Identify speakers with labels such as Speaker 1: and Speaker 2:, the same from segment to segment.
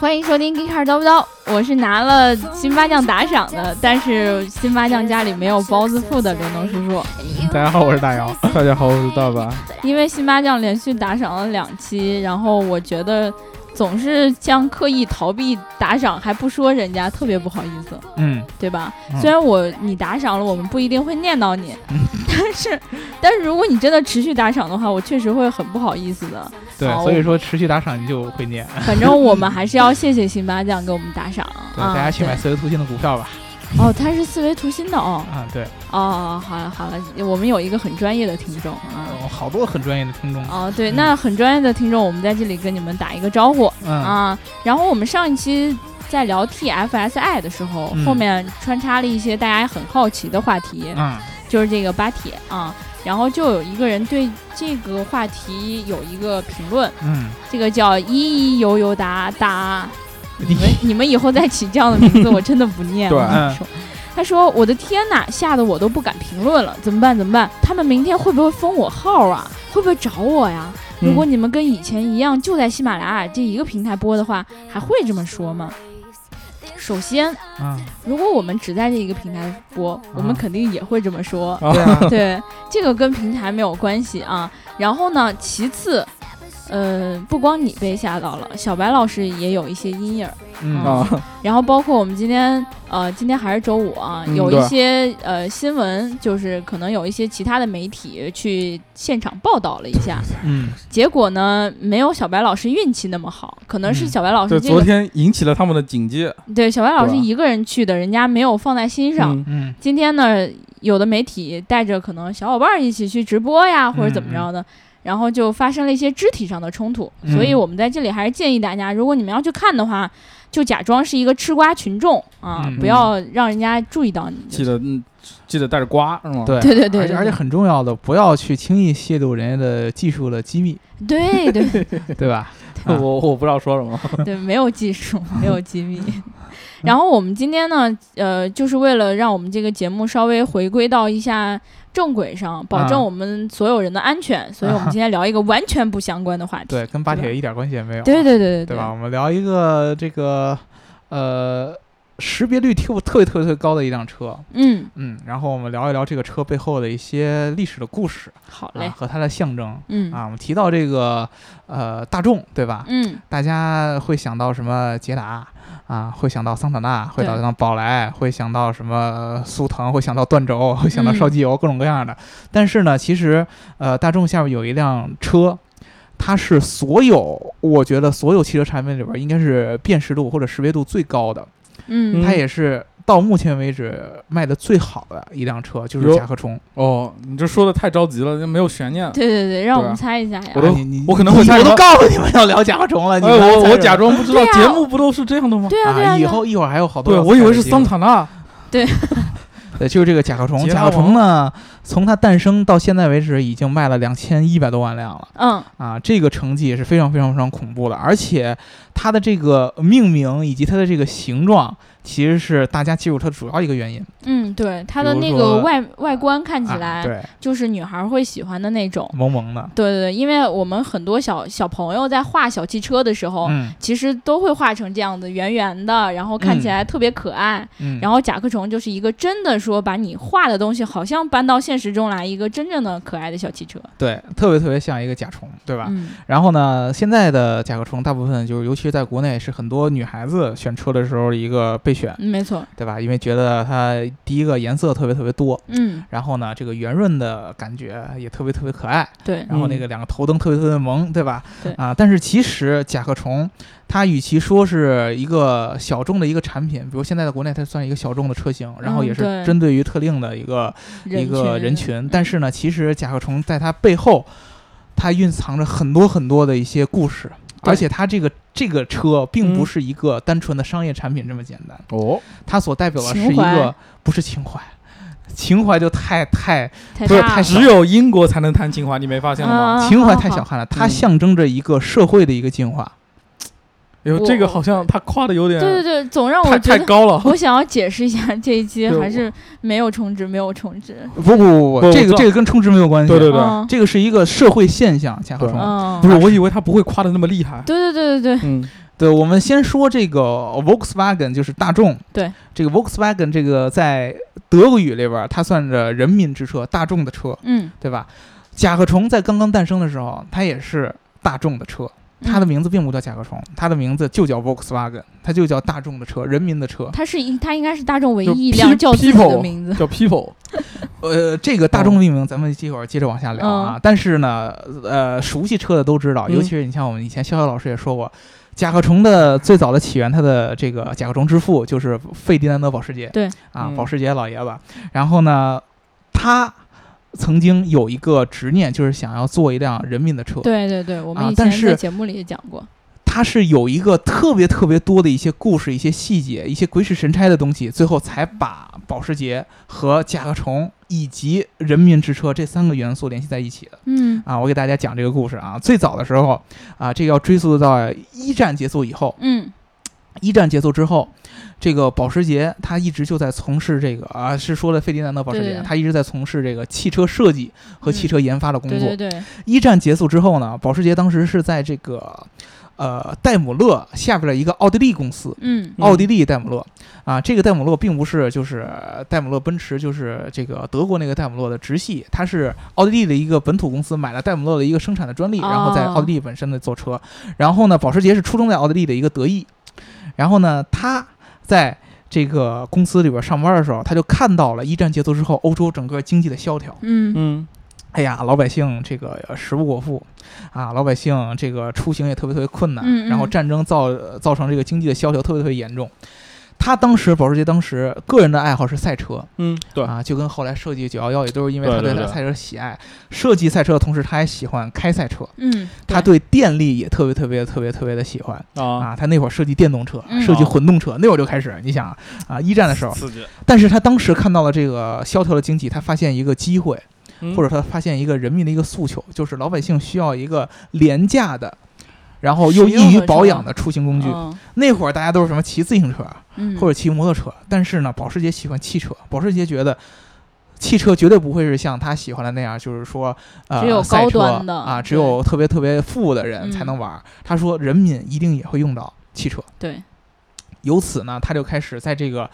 Speaker 1: 欢迎收听《Geeker 叨不叨》，我是拿了辛巴酱打赏的，但是辛巴酱家里没有包子铺的刘能叔叔，
Speaker 2: 大家好，我 是大姚。
Speaker 3: 大家好，我是大白。
Speaker 1: 因为辛巴酱连续打赏了两期，然后我觉得总是像刻意逃避打赏，还不说人家，特别不好意思，
Speaker 2: 嗯，
Speaker 1: 对吧？
Speaker 2: 嗯
Speaker 1: 虽然我你打赏了，我们不一定会念叨 你，但是但是如果你真的持续打赏的话，我确实会很不好意思的。
Speaker 2: 对，
Speaker 1: 好
Speaker 2: 所以说持续打赏你就会念。
Speaker 1: 反正我们还是要谢谢辛巴酱给我们打赏，
Speaker 2: 对，
Speaker 1: 啊
Speaker 2: 大家去
Speaker 1: 对
Speaker 2: 买思维图形的股票吧。
Speaker 1: 哦，他是四维图新的哦。
Speaker 2: 啊，对，
Speaker 1: 哦，好了好了，我们有一个很专业的听众啊。
Speaker 2: 有好多很专业的听众。
Speaker 1: 哦，对，那很专业的听众，我们在这里跟你们打一个招呼
Speaker 2: 嗯，
Speaker 1: 啊。然后我们上一期在聊 TFSI 的时候，
Speaker 2: 嗯
Speaker 1: 后面穿插了一些大家很好奇的话题，
Speaker 2: 嗯，
Speaker 1: 就是这个巴铁啊。然后就有一个人对这个话题有一个评论，
Speaker 2: 嗯，
Speaker 1: 这个叫一一油油达达。你们哎你们以后再起这样的名字，我真的不念了。
Speaker 3: 对
Speaker 1: 我跟你说，他说：“我的天哪，吓得我都不敢评论了，怎么办？怎么办？他们明天会不会封我号啊？会不会找我呀？如果你们跟以前一样，就在喜马拉雅这一个平台播的话，还会这么说吗？首先，
Speaker 2: 嗯，
Speaker 1: 如果我们只在这一个平台播，我们肯定也会这么说。
Speaker 2: 对啊，
Speaker 1: 对，这个跟平台没有关系啊。然后呢，其次，呃，不光你被吓到了，小白老师也有一些阴影儿。
Speaker 2: 嗯
Speaker 1: 啊
Speaker 3: 啊，
Speaker 1: 然后包括我们今天，呃，今天还是周五啊，
Speaker 3: 嗯
Speaker 1: 有一
Speaker 3: 对
Speaker 1: 些呃新闻，就是可能有一些其他的媒体去现场报道了一下，
Speaker 2: 嗯，
Speaker 1: 结果呢，没有小白老师运气那么好，可能是
Speaker 2: 嗯
Speaker 1: 小白老
Speaker 3: 这
Speaker 1: 师这
Speaker 3: 昨
Speaker 1: 个、
Speaker 3: 天引起了他们的警戒。
Speaker 1: 对小白老师
Speaker 3: 对吧
Speaker 1: 一个人去的，人家没有放在心上。
Speaker 3: 嗯
Speaker 2: 嗯，
Speaker 1: 今天呢，有的媒体带着可能小伙伴儿一起去直播呀，或者怎么着的，然后就发生了一些肢体上的冲突。
Speaker 2: 嗯
Speaker 1: 所以我们在这里还是建议大家，如果你们要去看的话，就假装是一个吃瓜群众啊，
Speaker 2: 嗯
Speaker 1: 不要让人家注意到你就行。
Speaker 3: 记得嗯，记得带着瓜是吗？，
Speaker 2: 对，
Speaker 1: 对对对
Speaker 2: 而且
Speaker 1: 对
Speaker 2: 而且很重要的，不要去轻易泄露人家的技术的机密，
Speaker 1: 对对
Speaker 2: 对吧？
Speaker 3: 我
Speaker 2: 啊
Speaker 3: 我不知道说什么。
Speaker 1: 对，没有技术，没有机 密。然后我们今天呢，呃，就是为了让我们这个节目稍微回归到一下正轨上，保证
Speaker 2: 啊
Speaker 1: 我们所有人的安全，所以我们今天聊一个完全不相关的话题。
Speaker 2: 对，跟巴铁一点关系也没有。
Speaker 1: 对对对对
Speaker 2: 对吧？我们聊一个这个，呃，识别率特特别特别特别高的一辆车，
Speaker 1: 嗯，
Speaker 2: 嗯，然后我们聊一聊这个车背后的一些历史的故事
Speaker 1: 好嘞
Speaker 2: 啊，，和它的象征
Speaker 1: 嗯
Speaker 2: 啊。我们提到这个呃大众，对吧？
Speaker 1: 嗯，
Speaker 2: 大家会想到什么捷达啊？会想到桑塔纳，会
Speaker 1: 对
Speaker 2: 想到宝来，会想到什么速腾，会想到断轴，会
Speaker 1: 嗯
Speaker 2: 想到烧机油，各种各样的。但是呢，其实呃，大众下面有一辆车。它是所有，我觉得所有汽车产品里边儿应该是辨识度或者识别度最高的，
Speaker 1: 嗯，
Speaker 2: 它也是到目前为止卖的最好的一辆车，就是
Speaker 3: 哟
Speaker 2: 甲壳虫。
Speaker 3: 哦，你这说的太着急了，就没有悬念了。
Speaker 1: 对对对，让我
Speaker 3: 对
Speaker 1: 们
Speaker 3: 吧
Speaker 1: 猜一下呀
Speaker 3: 我。都
Speaker 2: 啊你你
Speaker 3: 我可能会
Speaker 2: 你
Speaker 3: 猜
Speaker 2: 我
Speaker 3: 什
Speaker 2: 都
Speaker 3: 么
Speaker 2: 告诉你们要聊甲壳虫
Speaker 1: 啊
Speaker 2: 了，你
Speaker 3: 哎，
Speaker 2: 们还猜
Speaker 3: 我
Speaker 2: 什
Speaker 3: 我
Speaker 2: 么
Speaker 3: 假装不知道
Speaker 1: 对，啊
Speaker 3: 节目不都是这样的吗？
Speaker 1: 对啊对啊，
Speaker 2: 以
Speaker 1: 对啊
Speaker 2: 后一会儿还有好多
Speaker 3: 对，
Speaker 2: 要
Speaker 3: 我以为是
Speaker 2: 采的节
Speaker 3: 桑
Speaker 2: 目
Speaker 3: 塔纳。
Speaker 2: 对，就是这个甲壳虫。
Speaker 3: 捷
Speaker 2: 甲
Speaker 3: 达
Speaker 2: 壳虫呢，从它诞生到现在为止，已经卖了两千一百多万辆了
Speaker 1: 嗯，
Speaker 2: 啊！这个成绩也是非常非常非常恐怖的，而且它的这个命名以及它的这个形状，其实是大家记住它的主要一个原因。
Speaker 1: 嗯，对，它的
Speaker 2: 比
Speaker 1: 那
Speaker 2: 如
Speaker 1: 个
Speaker 2: 说
Speaker 1: 外外观看起
Speaker 2: 啊、
Speaker 1: 来
Speaker 2: 对，
Speaker 1: 就是女孩会喜欢的那种。
Speaker 2: 萌萌的，
Speaker 1: 对对对，因为我们很多小小朋友在画小汽车的时候，
Speaker 2: 嗯
Speaker 1: 其实都会画成这样子圆圆的，然后看起
Speaker 2: 嗯
Speaker 1: 来特别可爱。
Speaker 2: 嗯，
Speaker 1: 然
Speaker 2: 后
Speaker 1: 后甲壳虫就是一个真的说把你画的东西，好像搬到现实中来，一个真正的可爱的小汽车。
Speaker 2: 对，特别特别像一个甲虫，对吧？
Speaker 1: 嗯，
Speaker 2: 然后呢，现在的甲壳虫大部分就是，尤其是在国内，是很多女孩子选车的时候的一个备选，
Speaker 1: 嗯没错。
Speaker 2: 对吧？因为觉得它第一个颜色特别特别多，
Speaker 1: 嗯，
Speaker 2: 然后呢，这个圆润的感觉也特别特别可爱，
Speaker 1: 对，
Speaker 2: 然后那个两个头灯特别特别萌，对吧？
Speaker 1: 嗯对
Speaker 2: 啊，但是其实甲壳虫它与其说是一个小众的一个产品，比如现在的国内它算一个小众的车型，然后
Speaker 1: 嗯
Speaker 2: 也是
Speaker 1: 对
Speaker 2: 针对于特定的一个一个人
Speaker 1: 嗯
Speaker 2: 群，但是呢，其实甲壳虫在它背后，它蕴藏着很多很多的一些故事，
Speaker 1: 对
Speaker 2: 而且它这个这个车并不
Speaker 3: 嗯
Speaker 2: 是一个单纯的商业产品这么简单。
Speaker 3: 哦，
Speaker 2: 它所代表的是
Speaker 1: 情
Speaker 2: 一
Speaker 1: 怀
Speaker 2: 个不是情怀，情怀就太太
Speaker 1: 太
Speaker 2: 不是
Speaker 1: 大
Speaker 2: 太
Speaker 1: 了
Speaker 2: 少
Speaker 3: 只有英国才能谈情怀，你没发现了吗？
Speaker 1: 啊
Speaker 2: 情怀
Speaker 1: 好
Speaker 2: 太
Speaker 1: 好
Speaker 2: 小看了，它
Speaker 3: 嗯
Speaker 2: 象征着一个社会的一个进化。
Speaker 3: 哎呦，
Speaker 1: 我
Speaker 3: 这个好像他夸的有
Speaker 2: 啊
Speaker 3: 点
Speaker 1: 对对对，总让我
Speaker 3: 太
Speaker 1: 觉
Speaker 3: 太
Speaker 1: 得，
Speaker 3: 高了。
Speaker 1: 我想要解释一 下这一期
Speaker 3: 对
Speaker 1: 还
Speaker 3: 我
Speaker 1: 是没有充值，没有充值。
Speaker 2: 不不不
Speaker 3: 不
Speaker 2: 这
Speaker 3: 我知
Speaker 2: 个
Speaker 3: 道
Speaker 2: 这个跟充值没有关系。
Speaker 3: 对对对，
Speaker 1: 嗯
Speaker 2: 这个是一个社会现象，甲壳
Speaker 3: 对
Speaker 2: 虫。
Speaker 1: 嗯
Speaker 3: 不，是，我以为他不会夸的那么厉害。
Speaker 1: 对对对对对，
Speaker 3: 嗯，
Speaker 2: 对，我们先说这个 Volkswagen，就是大众。
Speaker 1: 对，
Speaker 2: 这个 Volkswagen 这个在德国语里边儿，它算着人民之车，大众的车，
Speaker 1: 嗯，
Speaker 2: 对吧？甲壳虫在刚刚诞生的时候，它也是大众的车，它的
Speaker 1: 嗯
Speaker 2: 名字并不叫甲壳虫，它的名字就叫 Volkswagen，它就叫大众的车，人民的车。
Speaker 1: 它是一，它应该是大众唯
Speaker 3: 就
Speaker 1: 一一
Speaker 3: pe-
Speaker 1: 辆叫自己的
Speaker 3: people
Speaker 1: 名字。
Speaker 3: 叫 People，
Speaker 2: 呃，这个大众的命名，咱们一会儿接着往下聊啊。但是呢，呃，熟悉车的都知道，
Speaker 3: 嗯
Speaker 2: 尤其是你像我们以前逍遥老师也说过，甲壳虫的最早的起源，它的这个甲壳虫之父就是费迪南德保时捷，
Speaker 1: 对
Speaker 2: 啊，
Speaker 3: 嗯
Speaker 2: 保时捷老爷子。然后呢，他曾经有一个执念，就是想要做一辆人民的车。
Speaker 1: 对对对，我
Speaker 2: 啊
Speaker 1: 们以前在
Speaker 2: 但是
Speaker 1: 节目里也讲过。
Speaker 2: 他是有一个特别特别多的一些故事、一些细节、一些鬼使神差的东西，最后才把保时捷和甲壳虫以及人民之车这三个元素联系在一起的。
Speaker 1: 嗯
Speaker 2: 啊，我给大家讲这个故事啊。最早的时候啊，这个要追溯到一战结束以后。
Speaker 1: 嗯
Speaker 2: 一战结束之后，这个保时捷它一直就在从事这个啊，是说的费迪南德保时
Speaker 1: 对
Speaker 2: 捷
Speaker 1: 对，对
Speaker 2: 它一直在从事这个啊汽车设计和汽车研发的工
Speaker 1: 对
Speaker 2: 作。
Speaker 1: 对对，
Speaker 2: 一战结束之后呢，保时捷当时是在这个呃戴姆勒下边的一个奥地利公司。
Speaker 1: 嗯
Speaker 2: 奥地利戴姆勒啊，这个戴姆勒并不是就是呃戴姆勒奔驰，就是这个德国那个戴姆勒的直系，它是奥地利的一个本土公司买了戴姆勒的一个生产的专利，然后在
Speaker 1: 哦
Speaker 2: 奥地利本身的做车。然后呢，保时捷是出生在奥地利的一个德裔，然后呢，他在这个公司里边上班的时候，他就看到了一战结束之后欧洲整个经济的萧条。
Speaker 1: 嗯
Speaker 3: 嗯
Speaker 2: 哎呀，老百姓这个呃食不果腹啊，老百姓这个出行也特别特别困难，
Speaker 1: 嗯嗯
Speaker 2: 然后战争造呃造成这个经济的萧条特别特别严重。他当时，保时捷当时个人的爱好是赛车
Speaker 3: 嗯，对，
Speaker 2: 啊，就跟后来设计九幺幺也都是因为
Speaker 3: 对
Speaker 2: 他对
Speaker 3: 对对
Speaker 2: 赛车喜爱。设计赛车的同时，他也喜欢开赛车，
Speaker 1: 嗯，
Speaker 2: 他对电力也特别特别特别特别的喜欢
Speaker 3: 啊，
Speaker 2: 啊。他那会儿设计电动车，
Speaker 1: 嗯
Speaker 2: 设计混动车，那会儿就开始，你想啊啊，一战的时候，
Speaker 3: 刺激，
Speaker 2: 但是他当时看到了这个萧条的经济，他发现一个机会，
Speaker 3: 嗯
Speaker 2: 或者他发现一个人民的一个诉求，就是老百姓需要一个廉价的，然后又
Speaker 1: 实用
Speaker 2: 易于
Speaker 1: 的
Speaker 2: 保
Speaker 1: 车
Speaker 2: 养的出行工具。
Speaker 1: 嗯
Speaker 2: 那会儿大家都是什么骑自行车
Speaker 1: 嗯，
Speaker 2: 或者骑摩托车，但是呢，保时捷喜欢汽车。保时捷觉得汽车绝对不会是像他喜欢的那样，就是说呃
Speaker 1: 只有
Speaker 2: 赛
Speaker 1: 高
Speaker 2: 车
Speaker 1: 端的
Speaker 2: 啊，只
Speaker 1: 对
Speaker 2: 有特别特别富的人才
Speaker 1: 嗯
Speaker 2: 能玩儿。他说人民一定也会用到汽车。
Speaker 1: 对，
Speaker 2: 由此呢，他就开始在这个，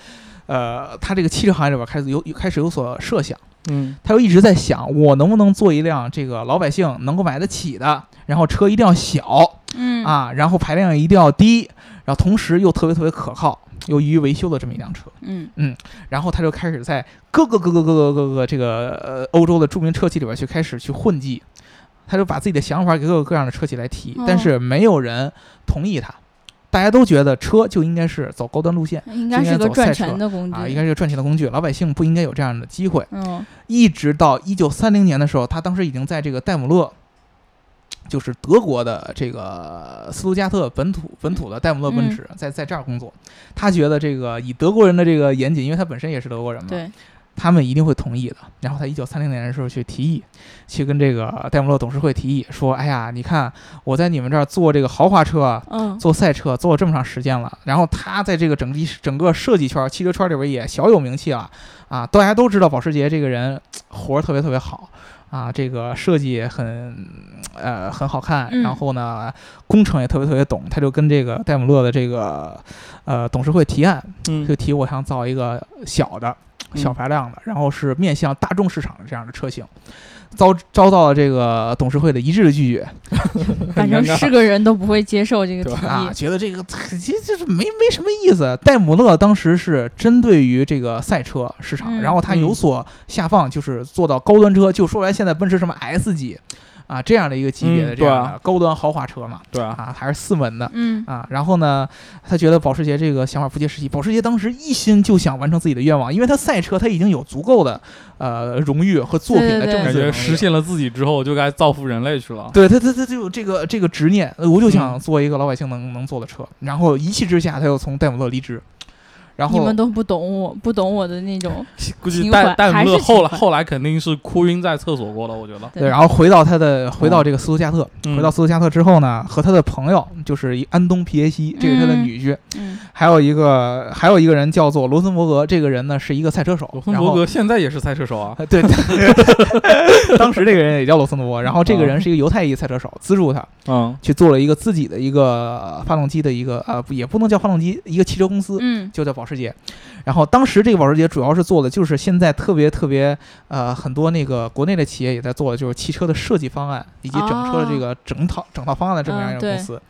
Speaker 2: 呃，他这个汽车行业里边开始有开始有所设想，
Speaker 3: 嗯
Speaker 2: 他就一直在想，我能不能做一辆这个老百姓能够买得起的，然后车一定要小
Speaker 1: 嗯，
Speaker 2: 啊，然后排量一定要低，然后同时又特别特别可靠，又易于维修的这么一辆车。
Speaker 1: 嗯
Speaker 2: 然后他就开始在各个各个各个各个这个呃欧洲的著名车企里边去开始去混迹，他就把自己的想法给各个各样的车企来提
Speaker 1: 哦，
Speaker 2: 但是没有人同意他，大家都觉得车就应该是走高端路线。
Speaker 1: 应该
Speaker 2: 应该
Speaker 1: 是个
Speaker 2: 走
Speaker 1: 赚
Speaker 2: 赛车
Speaker 1: 钱的工具
Speaker 2: 啊，应该是个赚钱的工具，老百姓不应该有这样的机会。
Speaker 1: 嗯
Speaker 2: 一直到一九三零年的时候，他当时已经在这个戴姆勒，就是德国的这个斯图加特本土本土的戴姆勒奔驰，在在这儿工作。他觉得这个以德国人的这个严谨，因为他本身也是德国人嘛，
Speaker 1: 对
Speaker 2: 他们一定会同意的。然后他一九三零年的时候去提议，去跟这个戴姆勒董事会提议说：“哎呀，你看我在你们这儿做这个豪华车啊，
Speaker 1: 嗯
Speaker 2: 做赛车做了这么长时间了，然后他在这个整个整个设计圈、汽车圈里边也小有名气了啊，大家都知道保时捷这个人嘖活儿特别特别好啊，这个设计很呃很好看，
Speaker 1: 嗯
Speaker 2: 然后呢工程也特别特别懂，他就跟这个戴姆勒的这个呃董事会提案，
Speaker 3: 嗯
Speaker 2: 就提我想造一个小的、
Speaker 3: 嗯
Speaker 2: 小排量的，然后是面向大众市场的这样的车型，遭遭到了这个董事会的一致的拒绝。
Speaker 1: 反正
Speaker 3: 尴尬
Speaker 1: 是个人都不会接受这个提
Speaker 3: 对
Speaker 2: 啊，
Speaker 1: 议。
Speaker 2: 觉得这个 这这是没没什么意思。戴姆勒当时是针对于这个赛车市场，
Speaker 1: 嗯
Speaker 2: 然后它
Speaker 3: 嗯
Speaker 2: 有所下放，就是做到高端车，就说白了现在奔驰什么 S 级啊这样的一个级别
Speaker 3: 嗯
Speaker 2: 的这
Speaker 3: 对啊
Speaker 2: 样的高端豪华车嘛，
Speaker 3: 对啊，
Speaker 2: 啊还是四门的。
Speaker 1: 嗯
Speaker 2: 啊，然后呢，他觉得保时捷这个想法不切实际。保时捷当时一心就想完成自己的愿望，因为他赛车他已经有足够的呃荣誉和作品的
Speaker 1: 对对
Speaker 2: 证
Speaker 1: 对
Speaker 2: 据
Speaker 3: 感
Speaker 2: 能
Speaker 3: 觉
Speaker 2: 力
Speaker 3: 实现了自己之后就该造福人类去了。
Speaker 2: 对他，他他就有这个这个执念，呃我就想
Speaker 3: 嗯
Speaker 2: 做一个老百姓能能坐的车。然后一气之下，他又从戴姆勒离职，然
Speaker 1: 你
Speaker 2: 后
Speaker 1: 们都不懂我，不懂我的那种，
Speaker 3: 估计
Speaker 1: 情
Speaker 3: 戴
Speaker 1: 怀
Speaker 3: 戴
Speaker 1: 还
Speaker 3: 姆
Speaker 1: 是
Speaker 3: 勒后
Speaker 1: 情
Speaker 3: 来
Speaker 1: 怀
Speaker 3: 后来肯定是哭晕在厕所过了，我觉得。
Speaker 2: 对，然后回到他的回到这个斯图加特，
Speaker 3: 嗯
Speaker 2: 回到斯图加特之后呢，和他的朋友就是一安东皮耶西，这个是他的
Speaker 1: 嗯
Speaker 2: 女婿，
Speaker 1: 嗯
Speaker 2: 还有一个还有一个人叫做罗森伯格，这个人呢是一个赛车手
Speaker 3: 罗，森
Speaker 2: 然
Speaker 3: 伯
Speaker 2: 后呃
Speaker 3: 格现在也是赛车手啊，
Speaker 2: 呃对， 当时这个人也叫罗斯诺，然后这个人是一个犹太裔赛车手，资助他
Speaker 3: 嗯
Speaker 2: 去做了一个自己的一个呃发动机的一个呃，不也不能叫发动机，一个汽车公司，
Speaker 1: 嗯
Speaker 2: 就叫保时捷。然后当时这个保时捷主要是做的就是现在特别特别呃很多那个国内的企业也在做的就是汽车的设计方案以及整车的这个整套、整套方案的这么样一个嗯公司。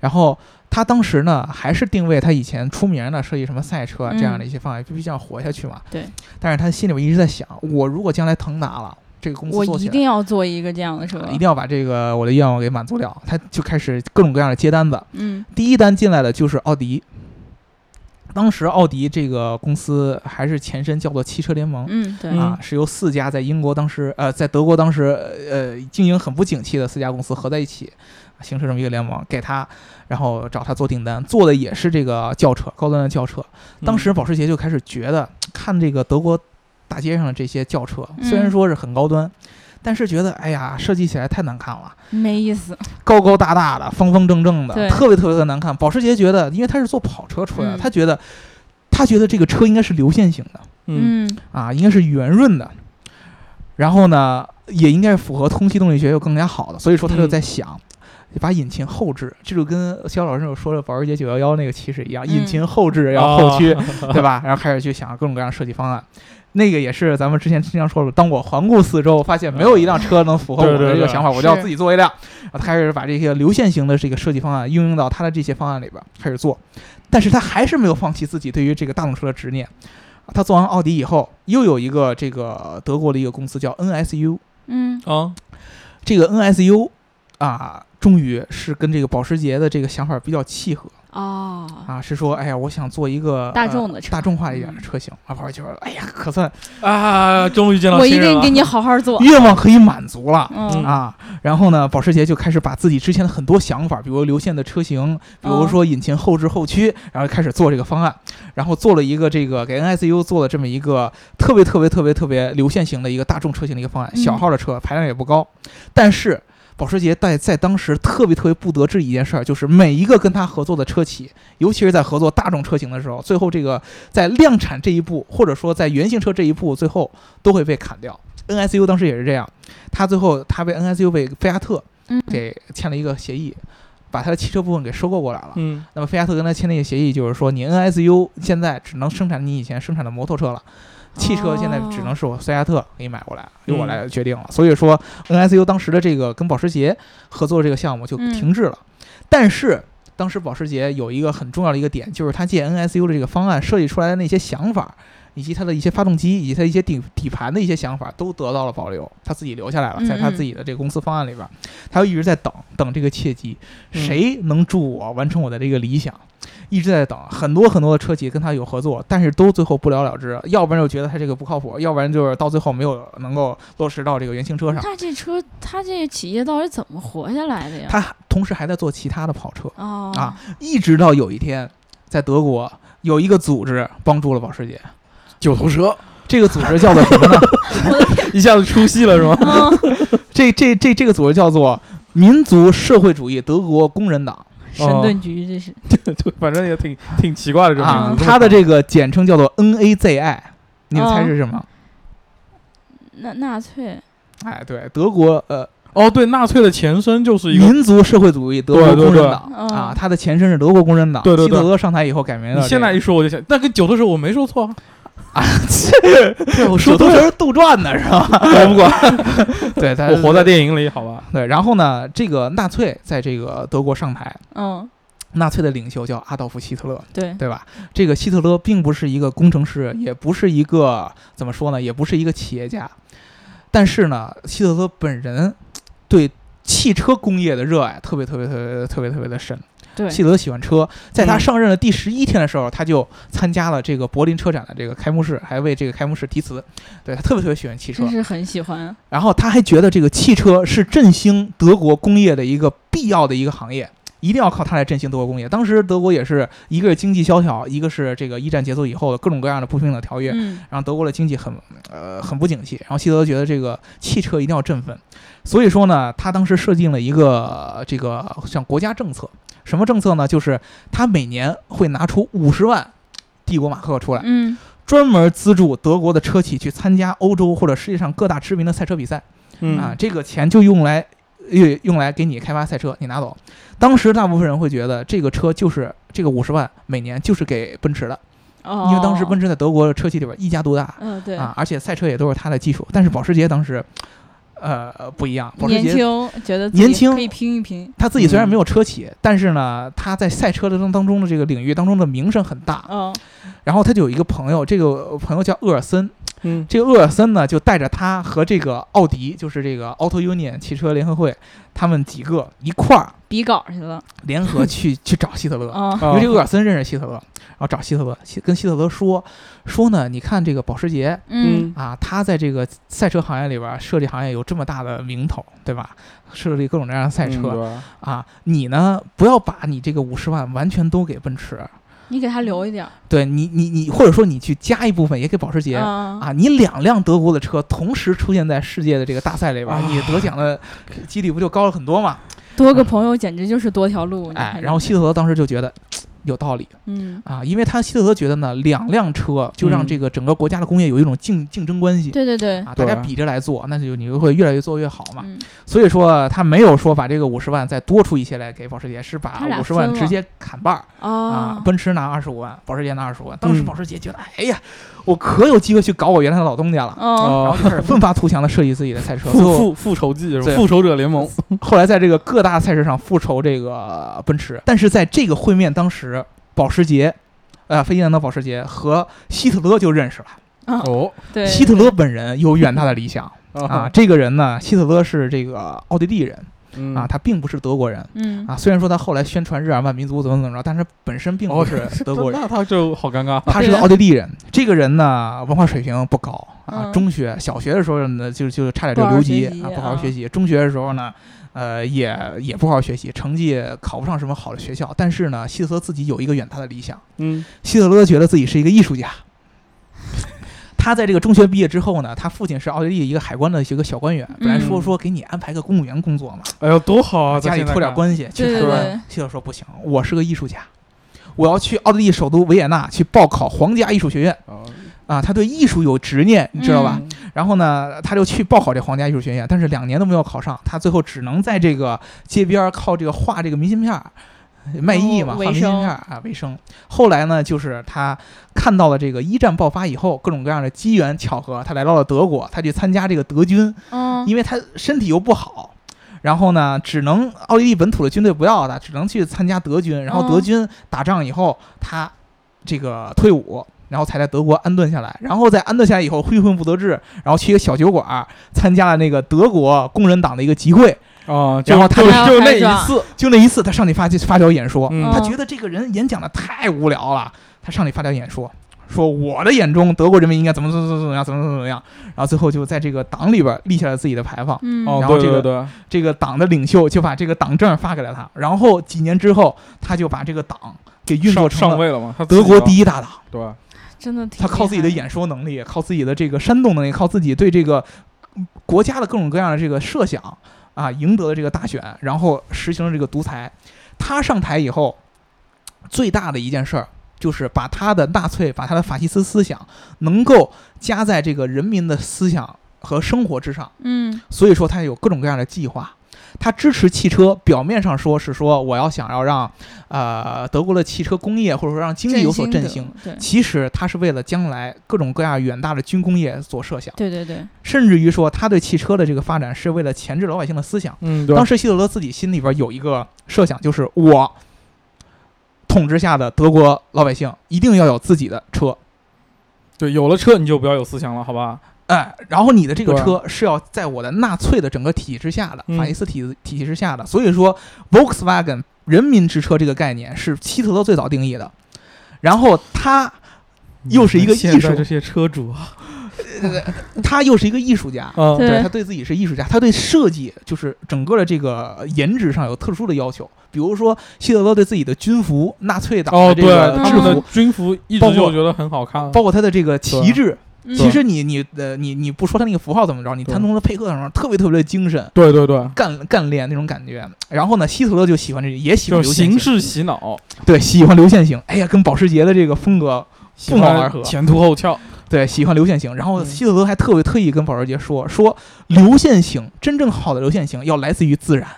Speaker 2: 然后他当时呢还是定位他以前出名的设计什么赛车啊这样的一些方案，就必须要活下去嘛。
Speaker 1: 对。
Speaker 2: 但是他心里面一直在想，我如果将来腾达了，这个公
Speaker 1: 我
Speaker 2: 司做
Speaker 1: 一
Speaker 2: 起来啊
Speaker 1: 定要做一个这样的车，
Speaker 2: 一定要把这个我的愿望给满足掉。他就开始各种各样的接单子。
Speaker 1: 嗯
Speaker 2: 第一单进来的就是奥迪。当时奥迪这个公司还是前身叫做汽车联盟、
Speaker 1: 嗯，对，
Speaker 3: 嗯
Speaker 2: 啊，是由四家在英国当时呃在德国当时呃经营很不景气的四家公司合在一起，形成这么一个联盟，给他，然后找他做订单，做的也是这个轿车，高端的轿车。当时保时捷就开始觉得，看这个德国大街上的这些轿车，虽然
Speaker 1: 嗯
Speaker 2: 说是很高端，但是觉得哎呀设计起来太难看了。
Speaker 1: 没意思，
Speaker 2: 高高大大的、方方正正的，
Speaker 1: 对
Speaker 2: 特别特别的难看。保时捷觉得，因为他是做跑车出来的，
Speaker 1: 嗯
Speaker 2: 他觉得他觉得这个车应该是流线型的
Speaker 3: 嗯
Speaker 1: 嗯
Speaker 2: 啊，应该是圆润的，然后呢，也应该符合通气动力学又更加好的。所以说，他就
Speaker 3: 嗯
Speaker 2: 在想。把引擎后置，这就跟肖老师有说的保时捷911那个其实一样，
Speaker 1: 嗯
Speaker 2: 引擎后置要
Speaker 3: 哦
Speaker 2: 后 驱，对吧？然后开始去想各种各样设计方案，那个也是咱们之前经常说的。当我环顾四周，发现没有一辆车能符合我
Speaker 3: 对
Speaker 2: 的
Speaker 3: 对
Speaker 2: 这个
Speaker 3: 对
Speaker 2: 想法，啊我就要
Speaker 1: 是
Speaker 2: 自己做一辆。然后他开始把这些流线型的这个设计方案应用到他的这些方案里边，开始做。但是他还是没有放弃自己对于这个大众车的执念。啊他做完奥迪以后，又有一个这个德国的一个公司叫 NSU，
Speaker 1: 嗯
Speaker 3: 啊
Speaker 2: 这个 NSU 啊，终于是跟这个保时捷的这个想法比较契合。
Speaker 1: 哦，
Speaker 2: 啊，是说，哎呀，我想做一个
Speaker 1: 大
Speaker 2: 呃
Speaker 1: 众的车嗯
Speaker 2: 大众化一点的车型。啊，宝儿就说，哎呀，可算
Speaker 3: 啊！终于见到
Speaker 1: 我一
Speaker 3: 新人
Speaker 1: 定
Speaker 3: 了
Speaker 1: 给你好好 做，
Speaker 2: 愿望可以满足了。
Speaker 1: 嗯
Speaker 2: 啊，然后呢，保时捷就开始把自己之前的很多想法，比如流线的车型，比如
Speaker 1: 哦
Speaker 2: 说引擎后置后驱，然后开始做这个方案，然后做了一个这个给 NSU 做了这么一个特别特别特别特别流线型的一个大众车型的一个方案，小
Speaker 1: 嗯
Speaker 2: 号的车排量也不高，但是保时捷在在当时特别特别不得志一件事儿，就是每一个跟他合作的车企，尤其是在合作大众车型的时候，最后这个在量产这一步，或者说在原型车这一步，最后都会被砍掉。NSU 当时也是这样，他最后他被 NSU 被菲亚特
Speaker 1: 嗯
Speaker 2: 给签了一个协议，把他的汽车部分给收购过来了。
Speaker 3: 嗯
Speaker 2: 那么菲亚特跟他签了一个协议，就是说你 NSU 现在只能生产你以前生产的摩托车了，汽车现
Speaker 1: 哦
Speaker 2: 在只能是我菲亚特给你买过来，由我来决定了。所以说 NSU 当时的这个跟保时捷合作这个项目就
Speaker 1: 嗯
Speaker 2: 停滞了。但是当时保时捷有一个很重要的一个点，就是他借 NSU 的这个方案设计出来的那些想法。以及它的一些发动机，以及它一些底底盘的一些想法，都得到了保留，他自己留下来了，
Speaker 1: 嗯
Speaker 2: 在他
Speaker 1: 嗯
Speaker 2: 自己的这个公司方案里边，他一直在等等这个契机，
Speaker 3: 嗯
Speaker 2: 谁能助我完成我的这个理想？一直在等很多很多的车企跟他有合作，但是都最后不了了之，要不然就觉得他这个不靠谱，要不然就是到最后没有能够落实到这个原型车上。
Speaker 1: 那这车，他这企业到底怎么活下来的呀？
Speaker 2: 他同时还在做其他的跑车，
Speaker 1: 哦
Speaker 2: 啊 一直到有一天，在德国有一个组织帮助了保时捷，
Speaker 3: 九头蛇
Speaker 2: 这个组织叫做什么呢？
Speaker 3: 一下子出戏了是吗？
Speaker 1: 嗯
Speaker 2: 这这这这个组织叫做民族社会主义德国工人党
Speaker 1: 神盾局这是，
Speaker 3: 对，反正也挺挺奇怪的这
Speaker 2: 啊
Speaker 3: 名
Speaker 1: 嗯，
Speaker 3: 字。
Speaker 2: 它的这个简称叫做 NAZI，你们猜是什么？
Speaker 1: 纳纳粹，
Speaker 2: 哎，对，德国呃
Speaker 3: 哦，对，纳粹的前身就是一个，
Speaker 2: 民族社会主义德国工人党
Speaker 1: 对对对
Speaker 2: 啊
Speaker 1: 嗯，
Speaker 2: 它的前身是德国工人党。
Speaker 3: 对对
Speaker 2: 希特
Speaker 3: 对
Speaker 2: 勒上台以后改名了这
Speaker 3: 你
Speaker 2: 个。
Speaker 3: 现在一说我就想，那跟九头蛇我没说错 啊，
Speaker 2: 啊，
Speaker 3: 对，我
Speaker 2: 说
Speaker 3: 说
Speaker 2: 都
Speaker 3: 错了，
Speaker 2: 是杜撰的是 吧？
Speaker 3: 我不管，
Speaker 2: 对，它
Speaker 3: 我活在电影里，好吧？
Speaker 2: 对。然后呢，这个纳粹在这个德国上台，
Speaker 1: 嗯，
Speaker 2: 纳粹的领袖叫阿道夫·希特勒。
Speaker 1: 对，
Speaker 2: 对吧？这个希特勒并不是一个工程师，也不是一个怎么说呢，也不是一个企业家，但是呢，希特勒本人对汽车工业的热爱特别特别特别特别特别的深。
Speaker 1: 对，
Speaker 2: 希特勒喜欢车，在他
Speaker 3: 嗯
Speaker 2: 上任的第十一天的时候，他就参加了这个柏林车展的这个开幕式，还为这个开幕式题词。对他特别特别喜欢汽车
Speaker 1: 真，是很喜欢，
Speaker 2: 然后他还觉得这个汽车是振兴德国工业的一个必要的一个行业，一定要靠它来振兴德国工业。当时德国也是一个是经济萧条，一个是这个一战结束以后的各种各样的不平等条约，
Speaker 1: 嗯
Speaker 2: 让德国的经济很呃很不景气。然后希特勒觉得这个汽车一定要振奋，所以说呢，他当时设定了一个呃这个像国家政策，什么政策呢？就是他每年会拿出五十万帝国马克出来。
Speaker 1: 嗯
Speaker 2: 专门资助德国的车企去参加欧洲或者世界上各大知名的赛车比赛
Speaker 3: 嗯
Speaker 2: 啊，这个钱就用来。用用来给你开发赛车，你拿走。当时大部分人会觉得这个车就是这个五十万每年就是给奔驰的，
Speaker 1: 哦
Speaker 2: 因为当时奔驰在德国车企里边一家独大
Speaker 1: 嗯对，
Speaker 2: 啊，而且赛车也都是它的技术。但是保时捷当时，呃，不一样，保时
Speaker 1: 年
Speaker 2: 捷
Speaker 1: 轻觉得自
Speaker 2: 年
Speaker 1: 己
Speaker 2: 轻
Speaker 1: 可以拼一拼，
Speaker 2: 他自己虽然
Speaker 3: 嗯
Speaker 2: 没有车企，但是呢，他在赛车的当当中的这个领域当中的名声很大。
Speaker 1: 嗯
Speaker 2: 然后他就有一个朋友，这个朋友叫厄尔森，
Speaker 3: 嗯
Speaker 2: 这个厄尔森呢，就带着他和这个奥迪，就是这个 Auto Union 汽车联合会，他们几个一块儿
Speaker 1: 比稿去了，
Speaker 2: 联合去去找希特勒。
Speaker 1: 嗯
Speaker 2: 因为这个
Speaker 3: 啊
Speaker 2: 厄尔森认识希特勒，然后找希特勒，希跟希特勒说说呢，你看这个保时捷
Speaker 1: 嗯
Speaker 2: 啊，他在这个赛车行业里边儿，设计行业有这么大的名头，对吧？设计各种各样的赛车，
Speaker 3: 嗯对吧
Speaker 2: 啊，你呢不要把你这个五十万完全都给奔驰，
Speaker 1: 你给他留一点儿，
Speaker 2: 对你你你，或者说你去加一部分也给保时捷。
Speaker 1: 嗯
Speaker 2: 啊，你两辆德国的车同时出现在世界的这个大赛里边
Speaker 1: 啊
Speaker 2: 儿，你得奖的几率不就高了很多嘛？
Speaker 1: 多个朋友简直就是多条路，你
Speaker 2: 哎，
Speaker 1: 看
Speaker 2: 然后
Speaker 1: 这
Speaker 2: 希特勒当时就觉得嘖有道理
Speaker 1: 嗯，
Speaker 2: 啊，因为他希特勒觉得呢，两辆车就让
Speaker 3: 嗯
Speaker 2: 这个整个国家的工业有一种竞竞争关系
Speaker 1: 对对对，
Speaker 2: 啊，大家
Speaker 3: 对
Speaker 2: 比着来做，那就你就会越来越做越好嘛。
Speaker 1: 嗯
Speaker 2: 所以说他没有说把这个五十万再多出一些来给保时捷，是把
Speaker 1: 他俩
Speaker 2: 五十万
Speaker 1: 分了
Speaker 2: 直接砍半儿。啊
Speaker 1: 哦，，
Speaker 2: 奔驰拿二十五万，保时捷拿二十五万。当时
Speaker 3: 嗯
Speaker 2: 保时捷觉得，哎呀，我可有机会去搞我原来的老东家了，
Speaker 1: 哦，
Speaker 2: 然后
Speaker 3: 哦，
Speaker 2: 就开始奋发图强的设计自己的赛车。
Speaker 3: 复
Speaker 2: 最后
Speaker 3: 复复仇记是吧？
Speaker 2: 对
Speaker 3: 复仇者联盟，
Speaker 2: 后来在这个各大赛事上复仇这个奔驰，但是在这个会面，当时保时捷。呃，飞机难道保时捷和希特勒就认识了。
Speaker 3: 哦
Speaker 1: 嗯对，
Speaker 2: 希特勒本人有远大的理想啊，，这个人呢，希特勒是这个奥地利人
Speaker 3: 嗯
Speaker 2: 啊，，他并不是德国人
Speaker 1: 嗯
Speaker 2: 啊。虽然说他后来宣传日耳曼民族怎么怎么着，但是他本身并不
Speaker 3: 哦
Speaker 2: 是德国人。
Speaker 3: 那他就好尴
Speaker 1: 啊
Speaker 3: 尬。
Speaker 2: 他是个奥地利人，这个人呢，文化水平不高啊
Speaker 1: 嗯，
Speaker 2: 中学、小学的时候呢，就就差点就
Speaker 1: 不好
Speaker 2: 留
Speaker 1: 好
Speaker 2: 级
Speaker 1: 学习
Speaker 2: 啊，不好好
Speaker 1: 啊
Speaker 2: 学习。中学的时候呢，呃，也也不好好学习，成绩考不上什么好的学校。但是呢，希特勒自己有一个远大的理想，
Speaker 3: 嗯
Speaker 2: 希特勒觉得自己是一个艺术家。 他在这个中学毕业之后呢，他父亲是奥地利一个海关的一个小官员，本来说
Speaker 3: 嗯
Speaker 2: 说给你安排个公务员工作嘛，
Speaker 3: 哎呦，多好啊！
Speaker 2: 家里
Speaker 3: 在现在
Speaker 2: 托点
Speaker 3: 看，
Speaker 2: 关系去
Speaker 1: 对
Speaker 2: 海
Speaker 1: 对
Speaker 2: 关
Speaker 1: 对。
Speaker 2: 希特勒说不行，我是个艺术家，我要去奥地利首都维也纳去报考皇家艺术学院。
Speaker 3: 哦
Speaker 2: 啊，他对艺术有执念，你知道吧？
Speaker 1: 嗯
Speaker 2: 然后呢，他就去报考这皇家艺术学院，但是两年都没有考上，他最后只能在这个街边儿靠这个画这个明信片儿卖艺
Speaker 1: 哦
Speaker 2: 嘛，画
Speaker 1: 为
Speaker 2: 明信
Speaker 1: 生
Speaker 2: 片儿啊为生。后来呢，就是他看到了这个一战爆发以后各种各样的机缘巧合，他来到了德国，他去参加这个德军，
Speaker 1: 嗯
Speaker 2: 因为他身体又不好。然后呢，只能奥地利本土的军队不要他，只能去参加德军。然后德
Speaker 1: 哦
Speaker 2: 军打仗以后，他这个退伍，然后才在德国安顿下来。然后在安顿下来以后，灰混不得志，然后去一个小酒馆儿参加了那个德国工人党的一个集会。
Speaker 3: 哦，
Speaker 2: 然后
Speaker 3: 就
Speaker 2: 他
Speaker 3: 就
Speaker 1: 还要
Speaker 3: 就那
Speaker 1: 开
Speaker 3: 一
Speaker 1: 张
Speaker 3: 次，
Speaker 2: 就那一次，他上去发发表演说，
Speaker 3: 嗯
Speaker 2: 他觉得这个人演讲的太无聊了，他上去发表演说，说我的眼中德国人民应该怎么怎么怎么怎么样，怎么怎么怎么样。然后最后就在这个党里边儿立下了自己的牌坊。
Speaker 1: 嗯
Speaker 3: 哦，
Speaker 2: 然后
Speaker 3: 对
Speaker 2: 这
Speaker 3: 对
Speaker 2: 个
Speaker 3: 对，
Speaker 2: 这个党的领袖就把这个党证发给了他，然后几年之后，他就把这个党给运作
Speaker 3: 上
Speaker 2: 成
Speaker 3: 上
Speaker 2: 了
Speaker 3: 位了嘛？他
Speaker 2: 德国第
Speaker 3: 一，
Speaker 2: 一大党。
Speaker 3: 对吧，
Speaker 1: 真的挺
Speaker 2: 他靠自己的
Speaker 1: 厉害
Speaker 2: 演说能力，靠自己的这个煽动能力，靠自己对这个嗯国家的各种各样的这个设想啊，赢得了这个大选，然后实行了这个独裁。他上台以后，最大的一件事儿就是把他的纳粹、把他的法西斯思想能够加在这个人民的思想和生活之上。
Speaker 1: 嗯
Speaker 2: 所以说他有各种各样的计划。他支持汽车，表面上说是说我要想要让呃德国的汽车工业或者说让经济有所振兴，
Speaker 1: 的
Speaker 2: 其实他是为了将来各种各样远大的军工业所设想，
Speaker 1: 对对对对
Speaker 2: 甚至于说他对汽车的这个发展是为了钳制老百姓的思想。
Speaker 3: 嗯，对
Speaker 2: 当，时希特勒自己心里边有一个设想，就是我统治下的德国老百姓一定要有自己的车，
Speaker 3: 对，有了车你就不要有思想了，好吧？
Speaker 2: 哎，然后你的这个
Speaker 3: 对
Speaker 2: 车是要在我的纳粹的整个体系之下的，
Speaker 3: 嗯
Speaker 2: 法西斯体制体系之下的，所以说 Volkswagen 人民之车这个概念是希特勒最早定义的。然后他嗯又是一个
Speaker 3: 现
Speaker 2: 艺
Speaker 3: 在
Speaker 2: 术
Speaker 3: 这些车主啊，
Speaker 2: 他又是一个艺术家，
Speaker 3: 嗯
Speaker 1: 对
Speaker 2: 对他对自己是艺术家，他对设计就是整个的这个颜值上有特殊的要求，比如说希特勒对自己的军服，纳粹党的
Speaker 3: 哦，
Speaker 2: 这
Speaker 3: 对，
Speaker 2: 个
Speaker 3: 他
Speaker 2: 制
Speaker 3: 们
Speaker 2: 服，
Speaker 3: 的军服一
Speaker 2: 包
Speaker 3: 直
Speaker 2: 括
Speaker 3: 就觉得很好看，
Speaker 2: 包括他的这个旗
Speaker 3: 对
Speaker 2: 帜，
Speaker 1: 嗯
Speaker 2: 其实你你呃你你不说他那个符号怎么着，你
Speaker 3: 对
Speaker 2: 谈从的配合上特别特别的精神。
Speaker 3: 对对对，
Speaker 2: 干干练那种感觉。然后呢，希特勒就喜欢这，也喜欢
Speaker 3: 就
Speaker 2: 流
Speaker 3: 是
Speaker 2: 线
Speaker 3: 形
Speaker 2: 型，
Speaker 3: 式洗脑，
Speaker 2: 对，喜欢流线型。哎呀，跟保时捷的这个风格
Speaker 3: 喜
Speaker 2: 不谋
Speaker 3: 欢
Speaker 2: 而合
Speaker 3: 前凸后翘，
Speaker 2: 对，喜欢流线型。然后
Speaker 3: 嗯
Speaker 2: 希特勒还特别特意跟保时捷说，说流线型真正好的流线型要来自于自然，